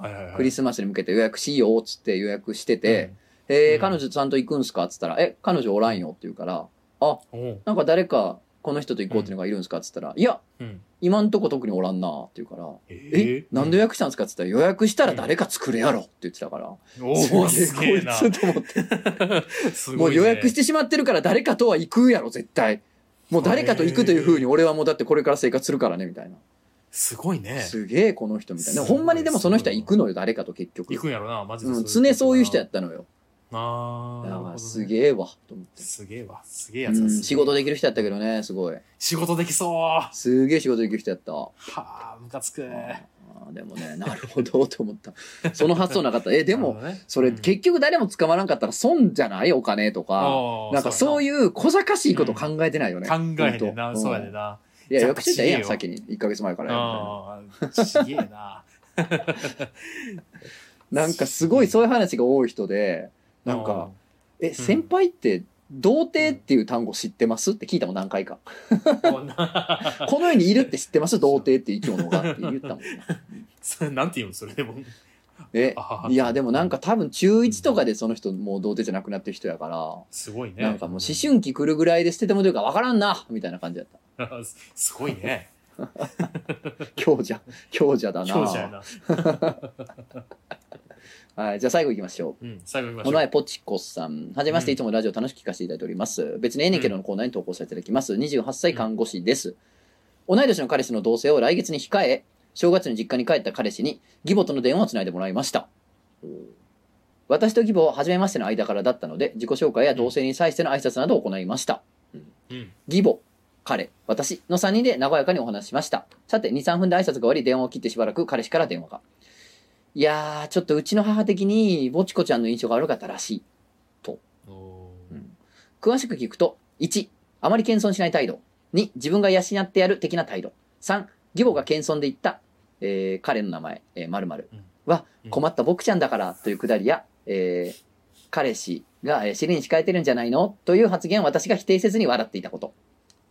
Speaker 2: ーはいはいはい。
Speaker 1: クリスマスに向けて予約しよう」っつって予約してて「
Speaker 2: う
Speaker 1: え
Speaker 2: ん
Speaker 1: ー、彼女ちゃんと行くんすか?」っつったら「え彼女おらんよ」って言うから「あ
Speaker 2: うん、おー
Speaker 1: なんか誰かこの人と行こうっていうのがいるんすか?」っつったら「いや
Speaker 2: うん。
Speaker 1: 今んとこ特におらんな」って言うから
Speaker 2: え
Speaker 1: 「えなんで予約したんですか?」っつったら「予約したら誰か作れやろ」って言ってたから「
Speaker 2: おお、
Speaker 1: す
Speaker 2: す
Speaker 1: げ
Speaker 2: げ
Speaker 1: え
Speaker 2: え
Speaker 1: こい
Speaker 2: な。
Speaker 1: つ」と思って。
Speaker 2: す
Speaker 1: も
Speaker 2: ごいうね
Speaker 1: 予約してしまってるから誰かとは行くやろ絶対もう誰かと行くというふうに俺はもうだってこれから生活するからねみたいな
Speaker 2: すごいね。
Speaker 1: すげえこの人みたいな
Speaker 2: すごい
Speaker 1: ほんまにでもその人は行くのよ誰かと結局
Speaker 2: 行くんやろな、マジで。
Speaker 1: うん、常そういう人や
Speaker 2: っ
Speaker 1: ったのよ
Speaker 2: た。あ
Speaker 1: だ
Speaker 2: ーな
Speaker 1: か
Speaker 2: るほど
Speaker 1: ら
Speaker 2: ね
Speaker 1: すげえわと思って、
Speaker 2: すげえわ。すげえやつ
Speaker 1: う
Speaker 2: だ
Speaker 1: ん、仕事。できる人やったけどねすごい
Speaker 2: 仕事できそう。は
Speaker 1: すげえ仕事できる人やったあ
Speaker 2: あ、ムカつく。
Speaker 1: ーでもねなるほどと思った その 発想なかったえでも
Speaker 2: なるほどね、
Speaker 1: それ結局誰も捕まらんかったら損じゃないお金とか
Speaker 2: 構
Speaker 1: なんかそう
Speaker 2: いう
Speaker 1: いう小賢しいこと考えてないよね、
Speaker 2: やな考えへんねん
Speaker 1: ほ
Speaker 2: な、
Speaker 1: と
Speaker 2: そうやねんな。
Speaker 1: いや、
Speaker 2: じ
Speaker 1: 予
Speaker 2: ゃあ
Speaker 1: 約してたらええやん、
Speaker 2: ちげえよ
Speaker 1: 先に。1ヶ月前からやみたいな
Speaker 2: ああ、すげえな。
Speaker 1: なんかすごいそういう話が多い人で、 なんか、え、先輩って、童貞っていう単語知ってますって聞いたもん何回か。
Speaker 2: あー、もうな
Speaker 1: この世にいるって知ってます童貞っていう生き物がって言ったもんね。
Speaker 2: それ なんて言うのそれでも。
Speaker 1: え
Speaker 2: あ、ー
Speaker 1: いや、でもなんか多分中1とかでその人もう童貞じゃなくなってる人やから、
Speaker 2: すごいね。
Speaker 1: なんかもう思春期来るぐらいで捨ててもというかわからんなみたいな感じやった。
Speaker 2: 春。 すごいね。
Speaker 1: 強者、強者だな
Speaker 2: 強者やな。
Speaker 1: はい、じゃあ最後いきましょう。
Speaker 2: うん、最後見まし
Speaker 1: こ
Speaker 2: ょ
Speaker 1: の
Speaker 2: う。
Speaker 1: 前、ポチコさん。はじめまして、
Speaker 2: うん
Speaker 1: いつもラジオ楽しく聞かせていただいております。別にええねんけどのコーナーに投稿させていただきます。28歳看護師です。同い年の彼氏の同棲を来月に控え、正月に実家に帰った彼氏に義母との電話をつないでもらいました。私と義母は初めましての間からだったので、自己紹介や同棲に際しての挨拶などを行いました。
Speaker 2: うん、
Speaker 1: 義母、彼、私の3人で和やかにお話ししました。さて、2、3分で挨拶が終わり、電話を切ってしばらく彼氏から電話が。いやー、ちょっとうちの母的に、ぼちこちゃんの印象が悪かったらしい。
Speaker 2: お
Speaker 1: う
Speaker 2: ー
Speaker 1: ん詳しく聞くと、1、あまり謙遜しない態度。2、自分が養ってやる的な態度。3、義母が謙遜で言った、えー彼の名前、えー、〇〇
Speaker 2: うん
Speaker 1: は
Speaker 2: う、ん
Speaker 1: 困った僕ちゃんだからというくだりや、えー彼氏がえー尻に敷かれてるんじゃないのという発言を私が否定せずに笑っていたこと。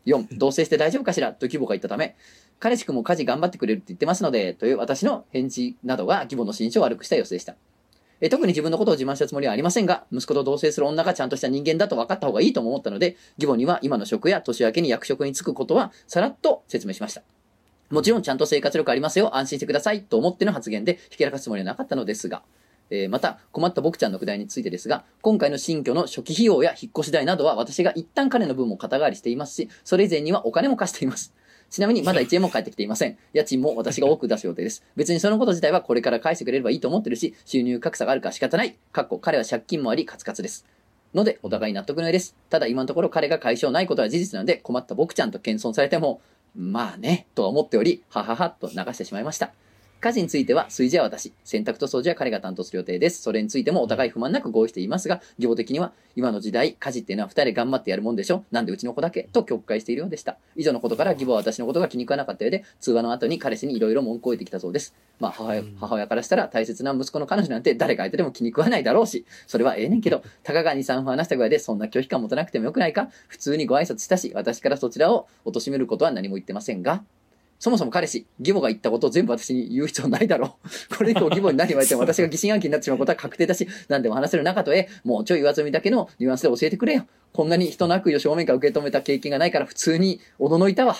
Speaker 1: 4、同棲して大丈夫かしらと義母が言ったため、彼氏くんも家事頑張ってくれるって言ってますので、という私の返事などが義母の心象を悪くした様子でした。えー特に自分のことを自慢したつもりはありませんが、息子と同棲する女がちゃんとした人間だと分かった方がいいとも思ったので、義母には今の職や年明けに役職に就くことはさらっと説明しました。もちろんちゃんと生活力ありますよ、安心してくださいと思っての発言で、ひけらかすつもりはなかったのですが、えーまた困った僕ちゃんのくだりについてですが、今回の新居の初期費用や引っ越し代などは私が一旦彼の分も肩代わりしていますし、それ以前にはお金も貸しています。ちなみにまだ1円も返ってきていません。家賃も私が多く出す予定です。別にそのこと自体はこれから返してくれればいいと思ってるし、収入格差があるから仕方ない。かっこ彼は借金もありカツカツです。ので、お互い納得の上です。ただ今のところ彼が解消ないことは事実なので、困った僕ちゃんと謙遜されても、まあね、とは思っており、はははっと流してしまいました。家事については炊事は私、洗濯と掃除は彼が担当する予定です。それについてもお互い不満なく合意していますが、義母的には、今の時代、家事っていうのは二人で頑張ってやるもんでしょなんでうちの子だけと曲解しているようでした。以上のことから義母は私のことが気に食わなかったようで、通話の後に彼氏にいろいろ文句を言ってきたそうです。まあ母親
Speaker 2: うん
Speaker 1: 母親からしたら大切な息子の彼女なんて誰が相手でも気に食わないだろうし、それはええねんけど、たかが2、3分話したぐらいでそんな拒否感持たなくてもよくないか普通にご挨拶したし、私からそちらを貶めることは何も言ってませんが、そもそも彼氏、義母が言ったことを全部私に言う必要ないだろう。 これ以降義母に何言われても私が疑心暗鬼になってしまうことは確定だし、何でも話せる中とえ、もうちょい上積みだけのニュアンスで教えてくれよ。こんなに人の悪意を正面から受け止めた経験がないから普通におののいたわ。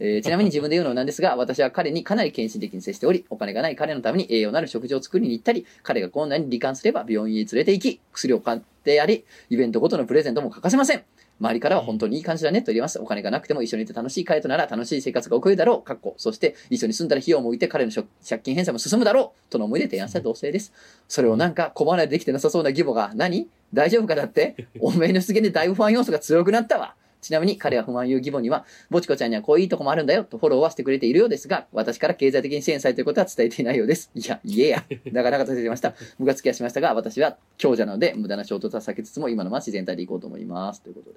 Speaker 1: えーちなみに自分で言うのもなんですが、私は彼にかなり献身的に接しており、お金がない彼のために栄養のある食事を作りに行ったり、彼が困難に罹患すれば病院へ連れて行き、薬を買ってやり、イベントごとのプレゼントも欠かせません。周りからは本当にいい感じだねと言えます。お金がなくても一緒にいて楽しい彼となら楽しい生活が送れるだろう。かっこ。そして一緒に住んだら費用も浮いて彼の借借金返済も進むだろう。との思いで提案した同性です。それをなんか小離れできてなさそうな義母が、何大丈夫かだっておめえの出現でだいぶ不安要素が強くなったわ。ちなみに彼は不満言う義母には、ぼちこちゃんにはこういういいとこもあるんだよとフォローはしてくれているようですが、私から経済的に支援されていることは伝えていないようです。いや、いえや。なかなか立ててました。ムカつきはしましたが、私は強者なので、無駄な衝突は避けつつも、今のまま自然体でいこうと思います。ということで。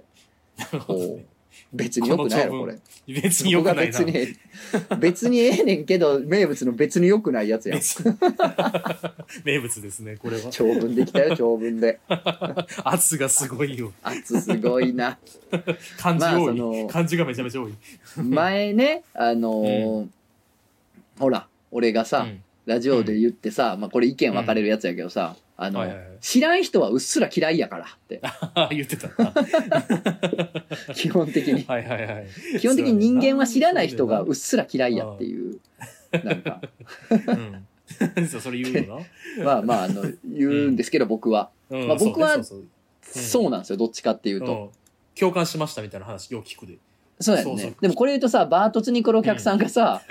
Speaker 2: なるほど
Speaker 1: おう
Speaker 2: ね
Speaker 1: 別に良くないやろ、こ
Speaker 2: この
Speaker 1: れ
Speaker 2: 長。 別に良くないな
Speaker 1: そ。こが別に、別にええねんけど、名物の別に良くないやつやん。
Speaker 2: 別 名物ですね、これは。
Speaker 1: 長文でき たよ、長文で。
Speaker 2: 圧がすごいよ。
Speaker 1: 圧すごいな。
Speaker 2: 漢字
Speaker 1: まあ
Speaker 2: 多
Speaker 1: そ
Speaker 2: い、
Speaker 1: の
Speaker 2: 漢字がめちゃめちゃ多い。
Speaker 1: 前ね、あのーほら、俺がさ、
Speaker 2: うん
Speaker 1: ラジオで言ってさ、まあこれ意見分かれるやつやけどさ、あの、
Speaker 2: はいはいはい
Speaker 1: 知らん人はうっすら嫌いやからっ て、
Speaker 2: 言ってた。は
Speaker 1: 基本的 に。
Speaker 2: いはいはい。
Speaker 1: 基本的に人間は知らない人がうっすら嫌いやっていう。なんか、
Speaker 2: うん。そう、それ言うよ
Speaker 1: まあまあ、あの、言うんですけど、僕は。
Speaker 2: な。うん
Speaker 1: まあ僕は
Speaker 2: そうねそうそう
Speaker 1: そうなんですよ、どっちかっていうと。
Speaker 2: うん共感しましたみたいな話よう聞くで。
Speaker 1: そうやん
Speaker 2: そうそ
Speaker 1: ね
Speaker 2: う。
Speaker 1: でもこれ言うとさ、バートツニコのお客さんがさ、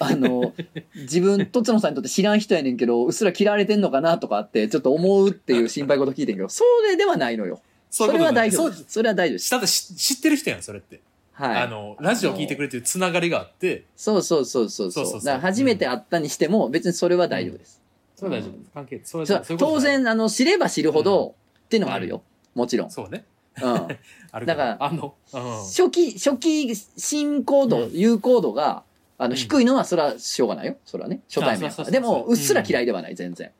Speaker 1: あの、自分、とつのさんにとって知らん人やねんけど、うっすら嫌われてんのかなとかって、ちょっと思うっていう心配事聞いてん けど、それではないのよ。
Speaker 2: そ
Speaker 1: それは大丈
Speaker 2: そう
Speaker 1: 夫
Speaker 2: いうこ
Speaker 1: で
Speaker 2: と
Speaker 1: す。それは大丈夫で
Speaker 2: ね
Speaker 1: す。
Speaker 2: そうだってし知ってる人やん、それって。
Speaker 1: は
Speaker 2: あ
Speaker 1: い。
Speaker 2: の、ラジオ聞いてくれてるつながりがあって、
Speaker 1: そうそうそうそう
Speaker 2: そうそ
Speaker 1: そ。
Speaker 2: うそうう
Speaker 1: だから初めて会ったにしても、別にそれは大丈夫です。
Speaker 2: それは大丈夫。関係それは
Speaker 1: そう
Speaker 2: そういうこと
Speaker 1: 当
Speaker 2: じゃない
Speaker 1: 然、あの、知れば知るほど、っていうのはあるよ。もちろん。
Speaker 2: そうね。
Speaker 1: うん。
Speaker 2: ある
Speaker 1: だか
Speaker 2: あの、うん。
Speaker 1: 初期、初期、新高度、
Speaker 2: うん
Speaker 1: 有高度が、あ
Speaker 2: うん
Speaker 1: の、低いのは、それはしょうがないよ。それはね、初対面や
Speaker 2: あそ
Speaker 1: か
Speaker 2: うそうそ
Speaker 1: ら。で
Speaker 2: う
Speaker 1: も、うっすら
Speaker 2: うん
Speaker 1: 嫌いではない、全然。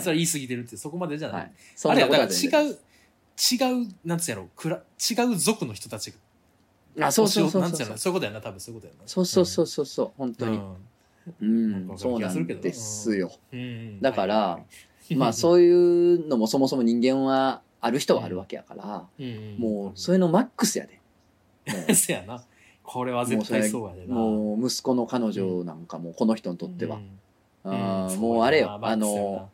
Speaker 2: それ言い過ぎてるって、そこまでじゃな
Speaker 1: はいい。。そ
Speaker 2: あ
Speaker 1: ん
Speaker 2: れ
Speaker 1: な
Speaker 2: や
Speaker 1: こ
Speaker 2: だ
Speaker 1: と
Speaker 2: か
Speaker 1: は
Speaker 2: ら
Speaker 1: 全然
Speaker 2: 違う違うなんつうやろくら違う族の人たちが
Speaker 1: あ、そうそうそう
Speaker 2: なん
Speaker 1: そ
Speaker 2: つ
Speaker 1: う
Speaker 2: うやろそういうことやな多分そういうことやな
Speaker 1: そうそうそうそうそう、本当
Speaker 2: うん
Speaker 1: に。う
Speaker 2: なん
Speaker 1: ん
Speaker 2: か、
Speaker 1: そう
Speaker 2: 気
Speaker 1: な
Speaker 2: がする
Speaker 1: ん
Speaker 2: けど
Speaker 1: ですよ。
Speaker 2: うんうん
Speaker 1: だから
Speaker 2: は
Speaker 1: まあ、そういうのもそもそも人間は、ある人はあるわけやから、
Speaker 2: いうんん
Speaker 1: もう、それのマックスや で。も
Speaker 2: うんせやなこれは絶対そうやで
Speaker 1: う
Speaker 2: な
Speaker 1: もう、息子の彼女なんかも、この人にとっては
Speaker 2: う。ん
Speaker 1: あ
Speaker 2: う
Speaker 1: ー
Speaker 2: ん
Speaker 1: もう、あれよ、
Speaker 2: ま
Speaker 1: あの、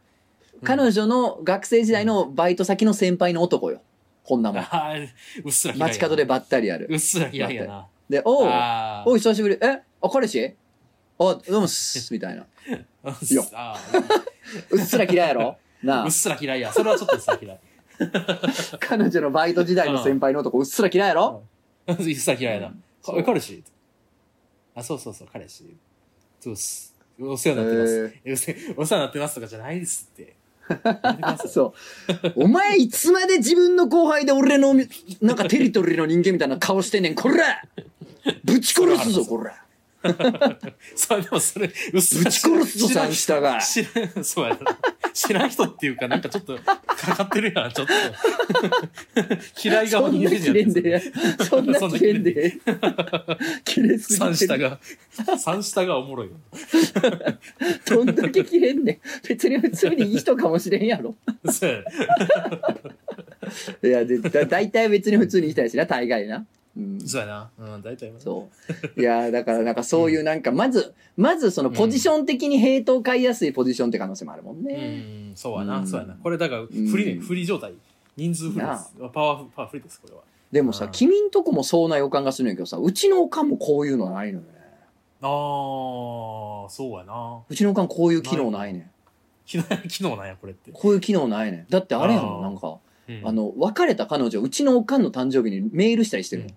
Speaker 1: 彼女の学生時代のバイト先の先輩の男よ。こんなもん。
Speaker 2: あー うっすら嫌いやな
Speaker 1: 街角でばったりあ
Speaker 2: う
Speaker 1: る。
Speaker 2: っすら嫌いやな。
Speaker 1: で、おう、
Speaker 2: あー
Speaker 1: おう、久しぶり。えあ、彼氏あ、どうもっす。みたいな。
Speaker 2: うっ
Speaker 1: いや
Speaker 2: すあー
Speaker 1: うっすら嫌いやろな
Speaker 2: う
Speaker 1: あ
Speaker 2: っ。すら嫌いや。それはちょっとうっすら嫌い。
Speaker 1: 彼女のバイト時代の先輩の男、うっすら嫌いやろ
Speaker 2: うっすら嫌いな。
Speaker 1: そ
Speaker 2: か
Speaker 1: う
Speaker 2: え彼氏あ、そうそうそう、彼氏。そうっす。お世
Speaker 1: え
Speaker 2: 話になってます。
Speaker 1: ー
Speaker 2: えうせお世話になってますとかじゃないですって。
Speaker 1: そう。お前いつまで自分の後輩で俺の、なんかテリトリーの人間みたいな顔してんねん、こらぶち殺すぞ、こら
Speaker 2: それでもそれ、うっす
Speaker 1: ぶ
Speaker 2: ら
Speaker 1: ち殺すぞ、
Speaker 2: 知ら
Speaker 1: さ
Speaker 2: ん
Speaker 1: ん下が。
Speaker 2: 知らん、そうやな。知らん人っていうか、なんかちょっと、かかってるやん、ちょっと。 嫌い
Speaker 1: そ
Speaker 2: 側
Speaker 1: ん
Speaker 2: に
Speaker 1: な
Speaker 2: る
Speaker 1: 綺麗で、そんな綺麗で、綺麗す
Speaker 2: 三
Speaker 1: ぎて
Speaker 2: 下
Speaker 1: る。
Speaker 2: が、三下がおもろいよ。
Speaker 1: どんだけ綺麗で、別に普通にいい人かもしれんやろ。
Speaker 2: そうやね
Speaker 1: いや、でだ大体別に普通にいい人やしな、大概な。うん
Speaker 2: そうやな。うん、大体は。
Speaker 1: そう。いやーだからなんかそういうなんか、まず、まずそのポジション的にヘイトを買いやすいポジションって可能性もあるもん
Speaker 2: う
Speaker 1: ね。
Speaker 2: ん、そうや
Speaker 1: う
Speaker 2: な、
Speaker 1: ん
Speaker 2: そうやな。これだから、
Speaker 1: ん
Speaker 2: フリーね、フリー状態。人数フリーです。パワーフ、パワーフリーです、これは。
Speaker 1: でもさ、
Speaker 2: うん
Speaker 1: 君んとこもそうな予感がするんやけどさ、うちのおかんもこういうのないのよね。
Speaker 2: ああ、そうやな。
Speaker 1: うちのおかんこういう機能ないねん。
Speaker 2: 昨日、昨日なんや、これって。
Speaker 1: こういう機能ないねん。だってあれやもん、
Speaker 2: あ
Speaker 1: な
Speaker 2: ー
Speaker 1: んか、
Speaker 2: うん
Speaker 1: あ、の、別れた彼女、うちのおかんの誕生日にメールしたりしてるもん
Speaker 2: うん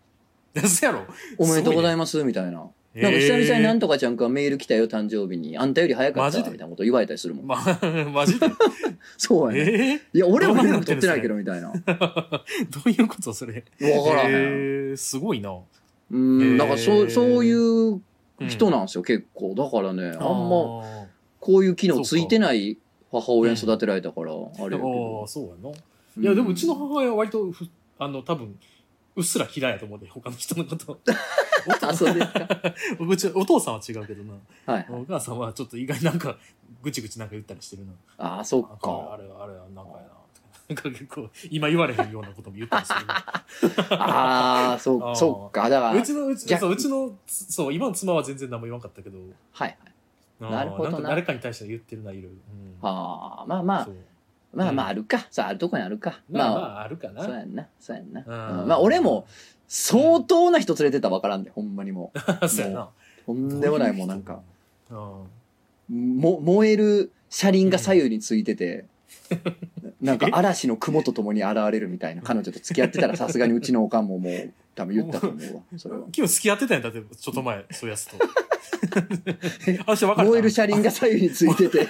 Speaker 2: ですやろ。
Speaker 1: おめでとうございます、みたいな。なんか久々になんとかちゃんからメール来たよ、誕生日に。あんたより早かっ
Speaker 2: マ
Speaker 1: た、み
Speaker 2: ジで
Speaker 1: たいなこと言われたりするもん。
Speaker 2: ま、 マジで。
Speaker 1: そうやね。
Speaker 2: え
Speaker 1: いや、俺は連
Speaker 2: どうな
Speaker 1: 絡
Speaker 2: って
Speaker 1: 取って
Speaker 2: るんです
Speaker 1: な
Speaker 2: か
Speaker 1: いけど、みたいな。わ
Speaker 2: えどういうことそれ。
Speaker 1: からへん。
Speaker 2: えー、すごいな。
Speaker 1: う
Speaker 2: へ
Speaker 1: ん、
Speaker 2: ー
Speaker 1: だからそうそういう
Speaker 2: うん
Speaker 1: 人なんですよ、結構だからねあん
Speaker 2: あん
Speaker 1: ま
Speaker 2: ま。
Speaker 1: こういう機能ついてない母親に育てられたから、あれやけ
Speaker 2: あ
Speaker 1: ど
Speaker 2: あ、そうや
Speaker 1: い
Speaker 2: な。いや、でもうちの母親は割とふ、あの、多分、うっすら嫌いやと思うで、他の人 のこと。
Speaker 1: あそうですか
Speaker 2: うち、お父さんは違うけどな。
Speaker 1: はい
Speaker 2: お母さんはちょっと意外になんか、ぐちぐちなんか言ったりしてるな。
Speaker 1: ああそ
Speaker 2: あ
Speaker 1: っ
Speaker 2: あ
Speaker 1: か
Speaker 2: れ、あれ、なんかやな。なんか結構、今言われへんようなことも言ったりしてるな。
Speaker 1: ああそ
Speaker 2: あー
Speaker 1: そっかだからは
Speaker 2: う
Speaker 1: い
Speaker 2: ちの、うち
Speaker 1: 逆
Speaker 2: そううちの、そう、今の妻は全然何も言わんかったけど、
Speaker 1: はい
Speaker 2: あー
Speaker 1: なるほどなん
Speaker 2: か誰かに対して言ってるな、いろいろ。うん
Speaker 1: ああまあまあ
Speaker 2: そう
Speaker 1: まあまあ
Speaker 2: うん
Speaker 1: あるかさあるとこにあるか
Speaker 2: ま
Speaker 1: ま
Speaker 2: あ
Speaker 1: あ、
Speaker 2: まあ、あるかな。
Speaker 1: そうやんなそうやんな、
Speaker 2: うん
Speaker 1: うんまあ俺も相当な人連れてったらわからんで、ほんまにもう
Speaker 2: そうやな。
Speaker 1: とんでもないもうなんか
Speaker 2: うん。
Speaker 1: も燃える車輪が左右についてて、なんか嵐の雲とともに現れるみたいな彼女と付き合ってたらさすがにうちのおかんももう多分言ったと思うわそれは
Speaker 2: 今日付き合ってたんやだってちょっと前そういうやつ とあの人分か
Speaker 1: 燃える
Speaker 2: る
Speaker 1: 車輪が左右についてて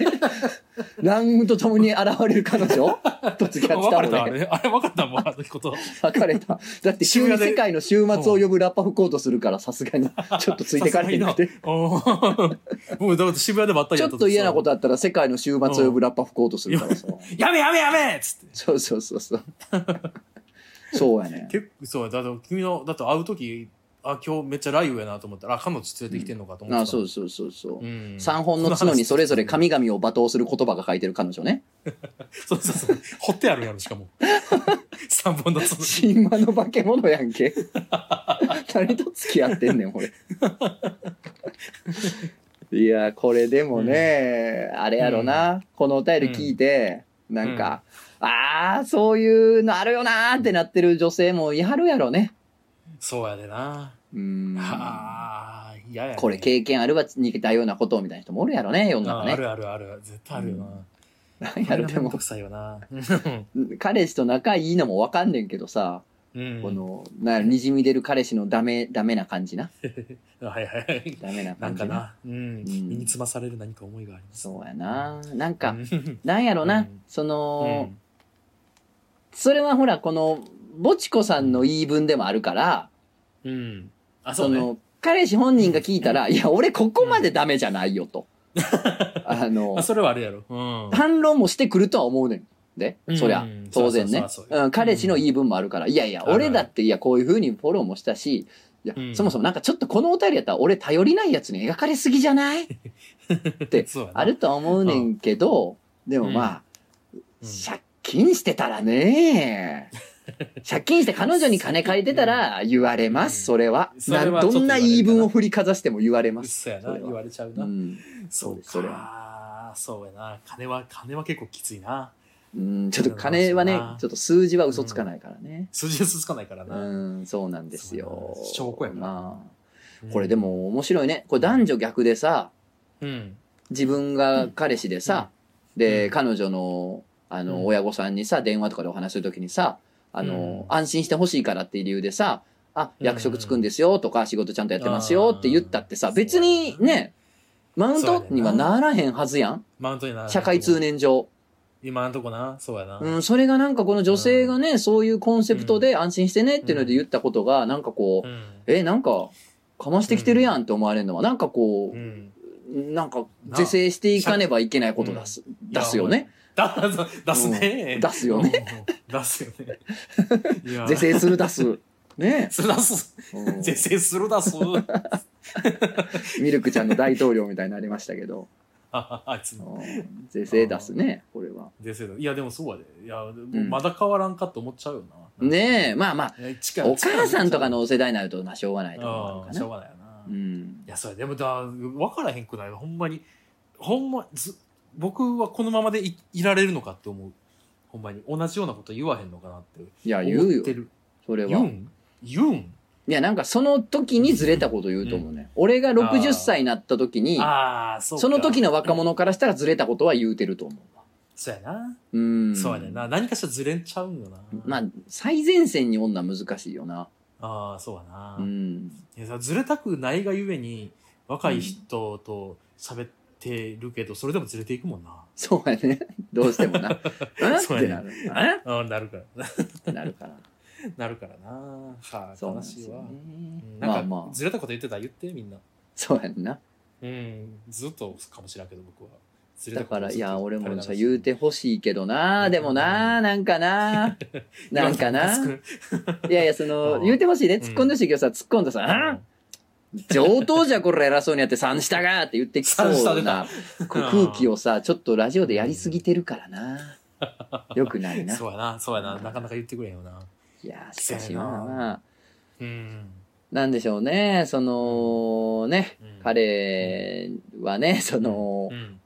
Speaker 1: 乱雲とともに現れる彼女と付き合ってた
Speaker 2: 別れた
Speaker 1: の
Speaker 2: あ
Speaker 1: ね
Speaker 2: れあれ分かったもんあのこと
Speaker 1: 別れただって急に世界の週末を呼ぶラッパ吹こうとするからさすがにちょっとついてかれてなくて
Speaker 2: おーもうだって渋谷でばったり
Speaker 1: ち
Speaker 2: や
Speaker 1: ょ
Speaker 2: っ
Speaker 1: ったと嫌なこととあったら世界の週末を呼ぶラッパ吹こうとするからさ
Speaker 2: やめやめやめっつって
Speaker 1: そうそうそうそうそうやね
Speaker 2: 結構そうだって君のだって会う時あ今日めっちゃ雷雨やなと思ったらあ彼女連れてきてんのかと思ってた、
Speaker 1: あそうそうそうそう、
Speaker 2: うん
Speaker 1: 三本の角にそれぞれ神々を罵倒する言葉が書いてる彼女ね。
Speaker 2: そうそうそう掘ってあるやろ しかも三本の角
Speaker 1: 神話の化け物やんけ。 誰と付き合ってんねん、 俺。いや、これでもね、あれやろな、このお便り聞いて、なんか、ああ、そういうのあるよなーってなってる女性もやるやろね。
Speaker 2: そうやでな、
Speaker 1: うん。
Speaker 2: ああ嫌やね
Speaker 1: これ経験あるわ、逃げたようなことみたいな人もおるやろね、世の
Speaker 2: あ
Speaker 1: 中
Speaker 2: あ
Speaker 1: ね。
Speaker 2: るあるある絶対あるよな、
Speaker 1: うんなんやろ、で
Speaker 2: めん
Speaker 1: も
Speaker 2: ど、くさい よな。
Speaker 1: 彼氏と仲いいのもわかんねんけどさ、
Speaker 2: うん
Speaker 1: この、な、にじみ出る彼氏のダメ、ダメな感じな。
Speaker 2: はいはい。
Speaker 1: ダメな
Speaker 2: なん
Speaker 1: 感じ
Speaker 2: か
Speaker 1: な。
Speaker 2: な、うん、身につまされる何か思いがあります。
Speaker 1: そうやな。なんか、
Speaker 2: うん
Speaker 1: なんやろな、
Speaker 2: うん
Speaker 1: その、それはほら、この、ぼちこさんの言い分でもあるから、
Speaker 2: うん。あ、そ
Speaker 1: そう
Speaker 2: ね。
Speaker 1: の、彼氏本人が聞いたら、いや、俺ここまでダメじゃないよと。あの
Speaker 2: あ、、それはあれやろ。 うん。
Speaker 1: 反論もしてくるとは思うねん。で、
Speaker 2: うん
Speaker 1: そりゃ
Speaker 2: うん、
Speaker 1: 当然ね
Speaker 2: そうそうそう。そう
Speaker 1: うん、彼氏の言い分もあるから、いやいや、
Speaker 2: あるある
Speaker 1: 俺だって、いや、こういう風にフォローもしたし、いや、
Speaker 2: うん
Speaker 1: そもそもなんかちょっとこのお便りやったら、俺頼りないやつに描かれすぎじゃないって、
Speaker 2: そうやな
Speaker 1: あるとは思うねんけど、でもまあ、
Speaker 2: うん
Speaker 1: 借金してたら ね、借金して彼女に金借りてたら言われます、
Speaker 2: う
Speaker 1: そ
Speaker 2: ん
Speaker 1: れは。
Speaker 2: そ
Speaker 1: な
Speaker 2: れはちょっ
Speaker 1: ど
Speaker 2: と
Speaker 1: んな言い分を振りかざしても言われま
Speaker 2: うっ
Speaker 1: す。
Speaker 2: そや
Speaker 1: そ
Speaker 2: な、
Speaker 1: れは
Speaker 2: 言われちゃう
Speaker 1: う
Speaker 2: な。
Speaker 1: ん、
Speaker 2: そう
Speaker 1: それ
Speaker 2: か。あそうやな金は金は結構きついな
Speaker 1: うんちょっと金はね
Speaker 2: うん
Speaker 1: ちょっと数字は嘘つかないからね
Speaker 2: 数字がつかないから
Speaker 1: う
Speaker 2: な、
Speaker 1: ん、そうなんですよ
Speaker 2: そうなんです証拠やから
Speaker 1: まあこれでも面白いねこれ男女逆でさ
Speaker 2: うん
Speaker 1: 自分が彼氏でさ、で、
Speaker 2: うん
Speaker 1: 彼女のあの、
Speaker 2: うん
Speaker 1: 親御さんにさ電話とかでお話しするときにさあの、安心してほしいからっていう理由でさあ
Speaker 2: うん
Speaker 1: 役職つくんですよとか仕事ちゃんとやってますよって言ったってさ
Speaker 2: うん
Speaker 1: 別にねマウントにはならへんはずやん
Speaker 2: マウントにな
Speaker 1: 社会通念上、
Speaker 2: 今のとこなそうやな、
Speaker 1: うん、それがなんかこの女性がねそういうコンセプトで安心してねっていうので言ったことがなんかこう、
Speaker 2: うん
Speaker 1: えなんかかましてきてるやんって思われるのはなんかこう
Speaker 2: う、ん
Speaker 1: なんか是正していかねばいけないこと出す、出すよね。
Speaker 2: だ出すね、
Speaker 1: 出すよね。
Speaker 2: うん、出すよねい や
Speaker 1: 是正する出す。ね
Speaker 2: す出す
Speaker 1: え、うん
Speaker 2: 是正する出す
Speaker 1: ミルクちゃんの大統領みたいになりましたけど、
Speaker 2: ああいつの
Speaker 1: うん是正出すね、これは。
Speaker 2: 是正だいやでもそうやでいやもううんまだ変わらんかって思っちゃうよな、
Speaker 1: ねえ、まあまあ、
Speaker 2: え近い
Speaker 1: お母さんとかの世代になるとな、しょうがないと思う
Speaker 2: う
Speaker 1: か
Speaker 2: んしょ
Speaker 1: な
Speaker 2: う。がないよな、
Speaker 1: う
Speaker 2: い
Speaker 1: ん。
Speaker 2: やそれでもだ分からへんくないほんまにほんまず僕はこのままでいいられるのかって思うほんまに同じようなこと言わへんのかなって
Speaker 1: いや、言う
Speaker 2: 思っ
Speaker 1: よ
Speaker 2: て、る
Speaker 1: それ
Speaker 2: 言う
Speaker 1: は。
Speaker 2: ん言うん
Speaker 1: いや、なんかその時にずれたこと言うと思うね。俺が60歳になった時に、
Speaker 2: ああそうか
Speaker 1: その時の若者からしたらずれたことは言うてると思うわ。
Speaker 2: そうやな、
Speaker 1: うん。
Speaker 2: そうやねんな何かしらずれんちゃうんよな
Speaker 1: まあ、最前線に女難しいよな。
Speaker 2: ああそうやな、
Speaker 1: うん。
Speaker 2: いやさずれたくないがゆえに若い人と喋ってるけど、それでもずれていくもんな
Speaker 1: そうやね。どうして もな。うん
Speaker 2: そう
Speaker 1: って
Speaker 2: や
Speaker 1: な
Speaker 2: ね
Speaker 1: る。うんっ
Speaker 2: ああなるから
Speaker 1: てなるから。
Speaker 2: なるからなはあ
Speaker 1: そうなん
Speaker 2: 悲
Speaker 1: です
Speaker 2: しい
Speaker 1: よ
Speaker 2: わ、
Speaker 1: ね
Speaker 2: うん。
Speaker 1: ま
Speaker 2: な
Speaker 1: あ
Speaker 2: んか、
Speaker 1: まあ、
Speaker 2: ずれたこと言ってたら言ってみんな
Speaker 1: そうやんな。
Speaker 2: うんずっとかもしれんけど僕はずれ
Speaker 1: だ
Speaker 2: たこ
Speaker 1: か
Speaker 2: と
Speaker 1: ら、
Speaker 2: ず
Speaker 1: い
Speaker 2: っと
Speaker 1: や、俺もさ、
Speaker 2: 垂れ流し
Speaker 1: 言うてほしいけどな、でもな、なんかな、なんかな。
Speaker 2: 今の
Speaker 1: いやいや、そうの、
Speaker 2: ん
Speaker 1: 言うてほしいね。突っ込んでほしいけどさ、突っ込んださ、あん上等じゃこれ偉そうにやって三下がって言ってきそ
Speaker 2: 三下
Speaker 1: う
Speaker 2: 出
Speaker 1: な
Speaker 2: た
Speaker 1: こう空気をさ、ちょっとラジオでやりすぎてるからな。よくないな。
Speaker 2: そうやなそうやななかなか言ってくれへんよない
Speaker 1: や、しかしまあまあ。
Speaker 2: うん
Speaker 1: なんでしょうね、そのね、
Speaker 2: うん
Speaker 1: 彼はね、その、
Speaker 2: うん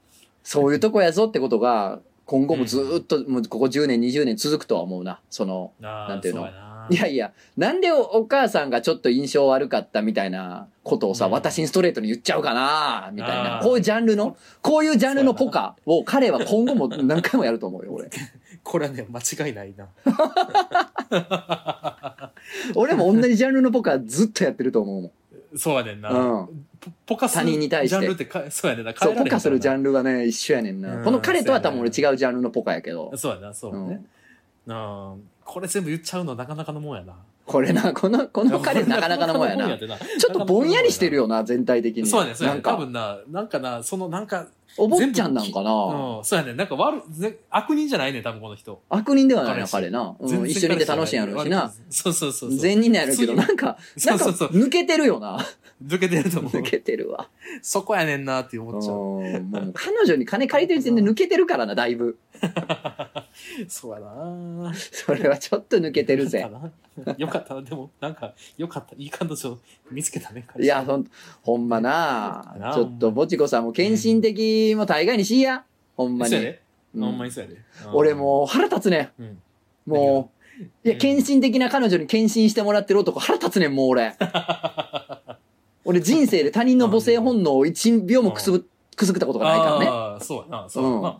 Speaker 1: そういうとこやぞってことが、今後もずーっと、もうここ10年、20年続くとは思うな。その、
Speaker 2: な
Speaker 1: なんていうの
Speaker 2: の
Speaker 1: いやいや、なんでおお母さんがちょっと印象悪かったみたいなことをさ、
Speaker 2: うん
Speaker 1: 私にストレートに言っちゃうかな、みたいな
Speaker 2: あ。ー
Speaker 1: こういうジャンルの、こういうジャンルのポカを彼は今後も何回もやると思うよ、俺。
Speaker 2: これはね間違いないな
Speaker 1: 俺も同じジャンルのポカずっとやってると思うもん。
Speaker 2: そうやねんな、
Speaker 1: う
Speaker 2: ポポカする
Speaker 1: 他人に対して
Speaker 2: ジャンルってかそうやねんな
Speaker 1: そう、ポカするジャ
Speaker 2: ン
Speaker 1: ンルはね、一緒やねん
Speaker 2: う
Speaker 1: な。
Speaker 2: ん
Speaker 1: この彼とは多分俺違うジャンルのポカやけど。
Speaker 2: そうやなそうや
Speaker 1: うん
Speaker 2: ね、なあこれ全部言っちゃうのなかなかのもんやな
Speaker 1: これな、この、この彼なかなかのもん やな。
Speaker 2: ちょ
Speaker 1: ちょっとぼんやりしてるよな、全体的に。
Speaker 2: そうやねんそう
Speaker 1: な
Speaker 2: やね
Speaker 1: ん
Speaker 2: ん多
Speaker 1: か、
Speaker 2: 分ななんかなそのなんか
Speaker 1: お坊ちゃんなんかな。
Speaker 2: うんそうやねんなんか悪ぜ悪人じゃないねん多分この人、
Speaker 1: 悪人ではないな、
Speaker 2: 彼
Speaker 1: 彼
Speaker 2: 氏
Speaker 1: な。う
Speaker 2: 全
Speaker 1: ん
Speaker 2: 然
Speaker 1: 一緒にいて楽しいんやろうしな
Speaker 2: 悪。人そうそうそうそう
Speaker 1: 善人なんやろうけど、
Speaker 2: 普
Speaker 1: なんか、
Speaker 2: そ
Speaker 1: なん
Speaker 2: う
Speaker 1: か
Speaker 2: そうそう
Speaker 1: 抜けてるよな。
Speaker 2: 抜けてると思う
Speaker 1: 抜けてるわ。
Speaker 2: そこやねんなって
Speaker 1: うん
Speaker 2: 思っちゃう
Speaker 1: もう彼女に金借りてる時点で抜けてるからな、だいぶ。
Speaker 2: そうやな
Speaker 1: それはちょっと抜けてる
Speaker 2: よ
Speaker 1: ぜ。
Speaker 2: かった なよかったなでもなんかよかったいい彼女見つけたね彼
Speaker 1: い
Speaker 2: 氏
Speaker 1: や、ほん、ほんまな
Speaker 2: な
Speaker 1: ちょっと、ぼちこさんも献身的も大概にしいや。ほんま
Speaker 2: そうや
Speaker 1: に。
Speaker 2: で
Speaker 1: うん
Speaker 2: ほんまにそうやで
Speaker 1: 俺、もう腹立つね。
Speaker 2: うんうん
Speaker 1: もう、いや、
Speaker 2: うん
Speaker 1: 献身的な彼女に献身してもらってる男腹立つねん、もう 俺。俺人生で他人の母性本能を一秒もくすぶ、くすぐったことがないからね。
Speaker 2: ああそうやなそうやな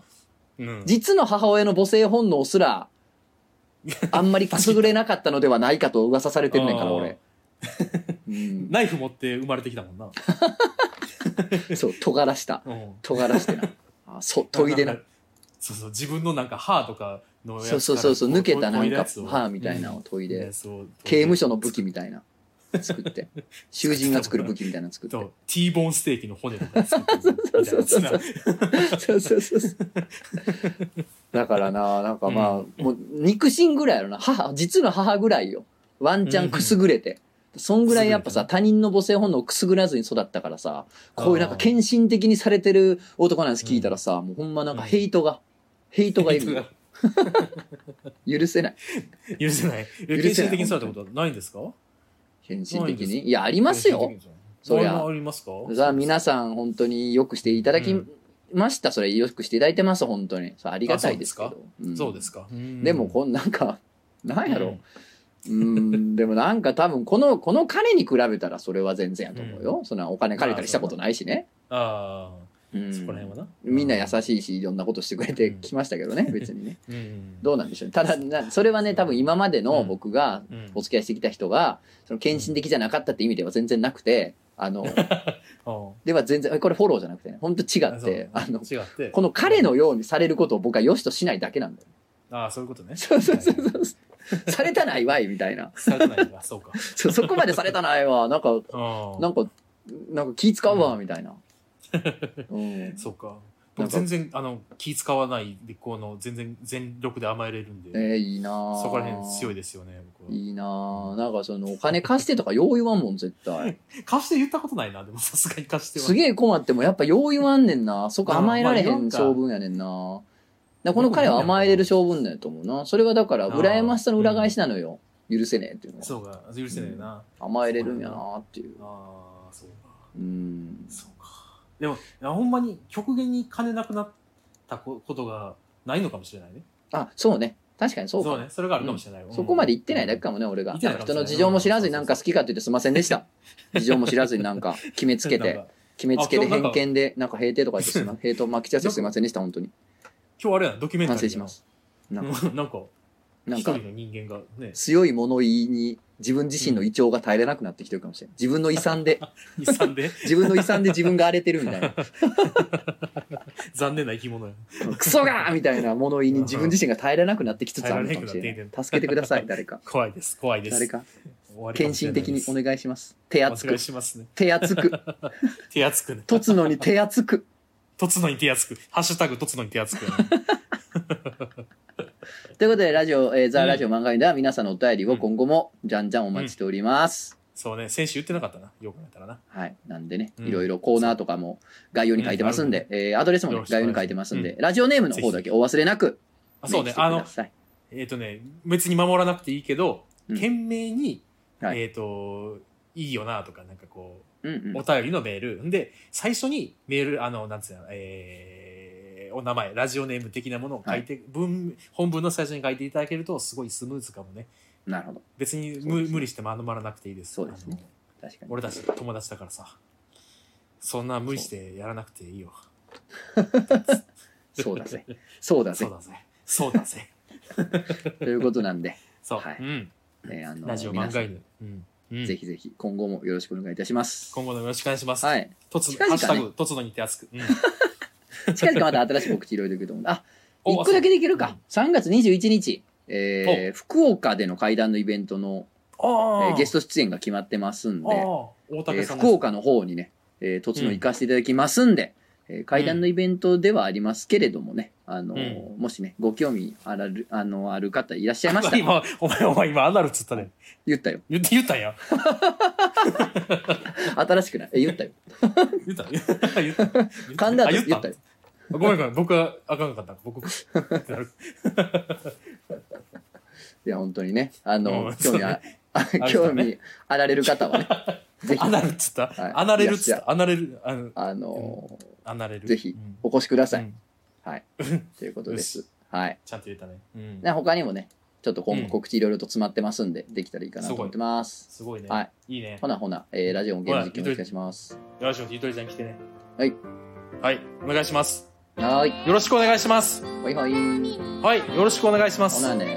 Speaker 2: うん
Speaker 1: 実の母親の母性本能すら、あんまりくすぐれなかったのではないかと噂されてるねんから、
Speaker 2: あー
Speaker 1: 俺。うん、
Speaker 2: ナイフ持って生まれてきたもんな
Speaker 1: そう、尖らした。
Speaker 2: うん
Speaker 1: 尖らして な。あそう、研いでな。
Speaker 2: そうそう自分のなんか歯とかのやつか
Speaker 1: そ
Speaker 2: ら
Speaker 1: うそうそう、そう抜けたな
Speaker 2: 研
Speaker 1: ん
Speaker 2: いだや
Speaker 1: か
Speaker 2: つを、
Speaker 1: 歯みたいなの
Speaker 2: う
Speaker 1: を研い
Speaker 2: ん
Speaker 1: で
Speaker 2: ね、そう
Speaker 1: 刑務所の武器みたいな、作 って。囚人が作る武器みたいなの作って
Speaker 2: そ。う T ボーンステーキの骨とか作ってるみたいなやつな
Speaker 1: そうそうそうそう。だからな、なんかまあ、
Speaker 2: う
Speaker 1: もう肉親ぐらいやろな。母、実の母ぐらいよ。ワンチャンくすぐれて。そんぐらいやっぱさ、
Speaker 2: くす
Speaker 1: 他人の母性本能をくすぐらずに育ったからさ、こういうなんか
Speaker 2: あー
Speaker 1: 献身的にされてる男なんです聞いたらさ、もうほんまなんかヘイトが、ヘイトがいる。許せない。
Speaker 2: 許せないえ
Speaker 1: 許
Speaker 2: 献
Speaker 1: せない
Speaker 2: 身的にそうやったことはないんですか
Speaker 1: 献身的
Speaker 2: ないんです
Speaker 1: に。いや、ありますよ。
Speaker 2: 献身的に
Speaker 1: そりゃ
Speaker 2: あありますか
Speaker 1: さあ皆さん本当によくしていただき
Speaker 2: うん
Speaker 1: ましたそれよくしていただいてます本当にそうありがたいですけ
Speaker 2: あ
Speaker 1: どん
Speaker 2: そうですか。
Speaker 1: でも
Speaker 2: こ
Speaker 1: こんなんかなんやろ、
Speaker 2: うん
Speaker 1: うーんでもなんか多分このこの彼に比べたらそれは全然やと思うよ、そんなお金借りたりしたことないしね、
Speaker 2: あ
Speaker 1: うん
Speaker 2: あ、そこら辺はな。
Speaker 1: みんな優
Speaker 2: い。
Speaker 1: しいしいろんなことしてくれてきましたけ どね、別にね
Speaker 2: うん。
Speaker 1: どうなんでしょうねただなそれはね多分今までの僕が
Speaker 2: うん
Speaker 1: お付き合いしてきた人がその献身的じゃなかったって意味では全然なくてあの
Speaker 2: あ
Speaker 1: では全然えこれフォローじゃなくてねほんと違
Speaker 2: あ
Speaker 1: ってあの
Speaker 2: そう違って。
Speaker 1: この彼のようにされることを僕は良しとしないだけなんだよ
Speaker 2: ああ、そういうことね。
Speaker 1: そう そうそう
Speaker 2: はい
Speaker 1: そうされたないわいみたいな
Speaker 2: されてないわそう か。
Speaker 1: そうそこまでされたない わなんか
Speaker 2: あ
Speaker 1: なんかなんか気使うわみ たいな、うん
Speaker 2: あ、、そうか。
Speaker 1: なん
Speaker 2: 僕
Speaker 1: か
Speaker 2: 全然あの気使わないでこの全然全力で甘えれるん
Speaker 1: え
Speaker 2: で、
Speaker 1: ー、いいなぁ
Speaker 2: そこら辺強いですよね僕はい
Speaker 1: いなぁなんかそのお金貸してとかよう言わんもん絶対
Speaker 2: 貸して言ったことないなでもさすがに貸しては
Speaker 1: すげえ困ってもやっぱよう言わんねんなそこ
Speaker 2: あー
Speaker 1: 甘えられへ
Speaker 2: まあ言わ
Speaker 1: ん
Speaker 2: んか
Speaker 1: 性分やねんなだからこの彼は甘えれる性分だと思うなそれはだから羨ましさの裏返しなのよ許せねえっていうのは
Speaker 2: そうか許せないな、
Speaker 1: 甘えれるんやなっていう
Speaker 2: ああそうか
Speaker 1: うん
Speaker 2: そうかでもいやほんまに極限に金なくなったこことがないのかもしれないね
Speaker 1: あそうね確かにそ
Speaker 2: そう
Speaker 1: うか
Speaker 2: ねそれがあるかもしれない、うん
Speaker 1: そこまで言ってないだけかもね、俺が。
Speaker 2: 言ってないかもし
Speaker 1: 人
Speaker 2: れない
Speaker 1: の事情も知らずになんか好きかって言ってすいませんでした。事情も知らずになんか決めつけ
Speaker 2: なん
Speaker 1: て、
Speaker 2: か
Speaker 1: 決めつけ
Speaker 2: あ
Speaker 1: て
Speaker 2: 今日
Speaker 1: 偏
Speaker 2: なんか
Speaker 1: 見で、なんか平定とか言ってすい ま、平等巻き散らせてすいませんでした、本当に。
Speaker 2: 今日あれやなドキュメンタ
Speaker 1: 反
Speaker 2: リ
Speaker 1: 省
Speaker 2: ーや
Speaker 1: します。な
Speaker 2: なん
Speaker 1: か、
Speaker 2: うん なんか
Speaker 1: なん
Speaker 2: 一
Speaker 1: か
Speaker 2: 人の人間がね
Speaker 1: 強い物言いに自分自身の胃腸が耐えれなくなってきてるかもしれない。自分の遺産 で、
Speaker 2: 遺産で
Speaker 1: 自分の遺産で自分が荒れてるみ たいな。
Speaker 2: 残念な生き物や
Speaker 1: クソがーみたいな物言いに自分自身が耐えれなくなってきつつあるのかもし
Speaker 2: 耐え
Speaker 1: れ
Speaker 2: ら
Speaker 1: な
Speaker 2: れなく
Speaker 1: い
Speaker 2: なっ。て
Speaker 1: 助けてください、誰か。
Speaker 2: 怖いです怖いです
Speaker 1: 誰か。
Speaker 2: 終わりか
Speaker 1: 献
Speaker 2: もしれ
Speaker 1: 身
Speaker 2: ない
Speaker 1: 的にお
Speaker 2: です
Speaker 1: 願いします。手厚
Speaker 2: お
Speaker 1: く
Speaker 2: 願い。しますね
Speaker 1: 手厚く。
Speaker 2: 手厚くね
Speaker 1: とつのに手厚 く。
Speaker 2: とつのに手厚くハッシュタグとつのに手厚く、ね、
Speaker 1: ということで、ラジオ、えーザ・
Speaker 2: うん
Speaker 1: ラジオ漫画家では皆さんのお便りを今後もじゃんじゃんお待ちしております。
Speaker 2: そうね先週言ってなかったなよく考えたらな
Speaker 1: はい。なんでね、
Speaker 2: うん
Speaker 1: いろいろコーナーとかも概要に書いてますんで、えーアドレスも、ね
Speaker 2: よろ、しくお
Speaker 1: 概
Speaker 2: 願
Speaker 1: 要
Speaker 2: いします
Speaker 1: に書いてますんで、ラジオネームの方だけお忘れなく、
Speaker 2: あそうね
Speaker 1: メ
Speaker 2: あ
Speaker 1: ールしてく
Speaker 2: の
Speaker 1: ださい
Speaker 2: えっ、とね別に守らなくていいけど、
Speaker 1: うん
Speaker 2: 懸命に、
Speaker 1: はい
Speaker 2: えっ、といいよなとかなんかこ
Speaker 1: うん
Speaker 2: う
Speaker 1: う
Speaker 2: お
Speaker 1: ん。
Speaker 2: 便りのメール、ん、で最初にメールあのなんつうのえーお名前ラジオネーム的なものを書いて、文本文の最初に書いていただけるとすごいスムーズかもね
Speaker 1: なるほど。
Speaker 2: 別
Speaker 1: そ
Speaker 2: に
Speaker 1: う
Speaker 2: 無,、
Speaker 1: ですね
Speaker 2: 無理して守らなくていいです
Speaker 1: そうですね
Speaker 2: あの
Speaker 1: 確かに。
Speaker 2: 俺たち友達だからさそんな無理してやらなくていいよ
Speaker 1: そうだぜ。そうだ
Speaker 2: そ
Speaker 1: ぜ
Speaker 2: う。だぜそうだぜ
Speaker 1: ということなんで、
Speaker 2: そう、
Speaker 1: はい
Speaker 2: うん、
Speaker 1: えーあの
Speaker 2: ラジオ
Speaker 1: 皆
Speaker 2: 漫
Speaker 1: さ
Speaker 2: 画
Speaker 1: ん
Speaker 2: 犬、うんうん
Speaker 1: ぜひぜひ今後もよろしくお願いいたします。
Speaker 2: 今後もよろしくお願いします、
Speaker 1: はい。
Speaker 2: とつ
Speaker 1: 近々
Speaker 2: ハ
Speaker 1: ね
Speaker 2: ッシュタグ、とつのに手厚く。うん
Speaker 1: 近々また新しい告知いろいろいくと思う。あ、
Speaker 2: お
Speaker 1: 一個だけできる
Speaker 2: う
Speaker 1: か
Speaker 2: ん。
Speaker 1: 3月21日、えー福岡での会談のイベントの
Speaker 2: あ
Speaker 1: えーゲス
Speaker 2: ト
Speaker 1: ト出演が決まってますんで、
Speaker 2: 大
Speaker 1: え
Speaker 2: 竹
Speaker 1: ー
Speaker 2: さんで
Speaker 1: 福
Speaker 2: す。
Speaker 1: 岡の方にね、えー、突の行かせていただきますんで、えー会談のイベントではありますけれどもね、あのーもしね、ご興味あらるあのある方いらっしゃいましたら、
Speaker 2: 今、お前、お前、今、アナルっつったね。
Speaker 1: 言ったよ。
Speaker 2: 言って、言ったんや。
Speaker 1: 新しくないえ、言ったよ。
Speaker 2: 言った。 言った。言った。
Speaker 1: 噛んだ
Speaker 2: あ
Speaker 1: 後
Speaker 2: 言
Speaker 1: 言
Speaker 2: っ
Speaker 1: ったたよ。
Speaker 2: ごめんごめん。僕は、あかんかった。僕、ってなる
Speaker 1: いや、本当にね、あの
Speaker 2: うん
Speaker 1: ー、興味あ、あ
Speaker 2: ね
Speaker 1: 興味あられる方 はね、ぜひ
Speaker 2: ア、ナルっつった
Speaker 1: はい。
Speaker 2: アナレルっつっ
Speaker 1: いや
Speaker 2: た。アナレル、あの、
Speaker 1: あのー、
Speaker 2: アナレル。
Speaker 1: ぜひ
Speaker 2: うん
Speaker 1: お越しください。
Speaker 2: うん
Speaker 1: はい。ということです
Speaker 2: よ。
Speaker 1: はい。
Speaker 2: ちゃんと言えたね。うん
Speaker 1: ね他にもね、ちょっと今
Speaker 2: う
Speaker 1: 後
Speaker 2: ん
Speaker 1: 告知いろいろと詰まってますんで、できたらいいかなと思ってます。
Speaker 2: すごいね
Speaker 1: は。
Speaker 2: いいね
Speaker 1: ほ。なほな、えー、ラジオもゲーム実況お願いします。
Speaker 2: よろしく、ゆとりちゃん来てね。
Speaker 1: はい。
Speaker 2: はい。お願いします。
Speaker 1: はーい。
Speaker 2: よろしくお願いします。
Speaker 1: ほいほい。
Speaker 2: はい。よろしくお願いしま
Speaker 1: ほ
Speaker 2: す
Speaker 1: な。ね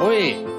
Speaker 2: おい。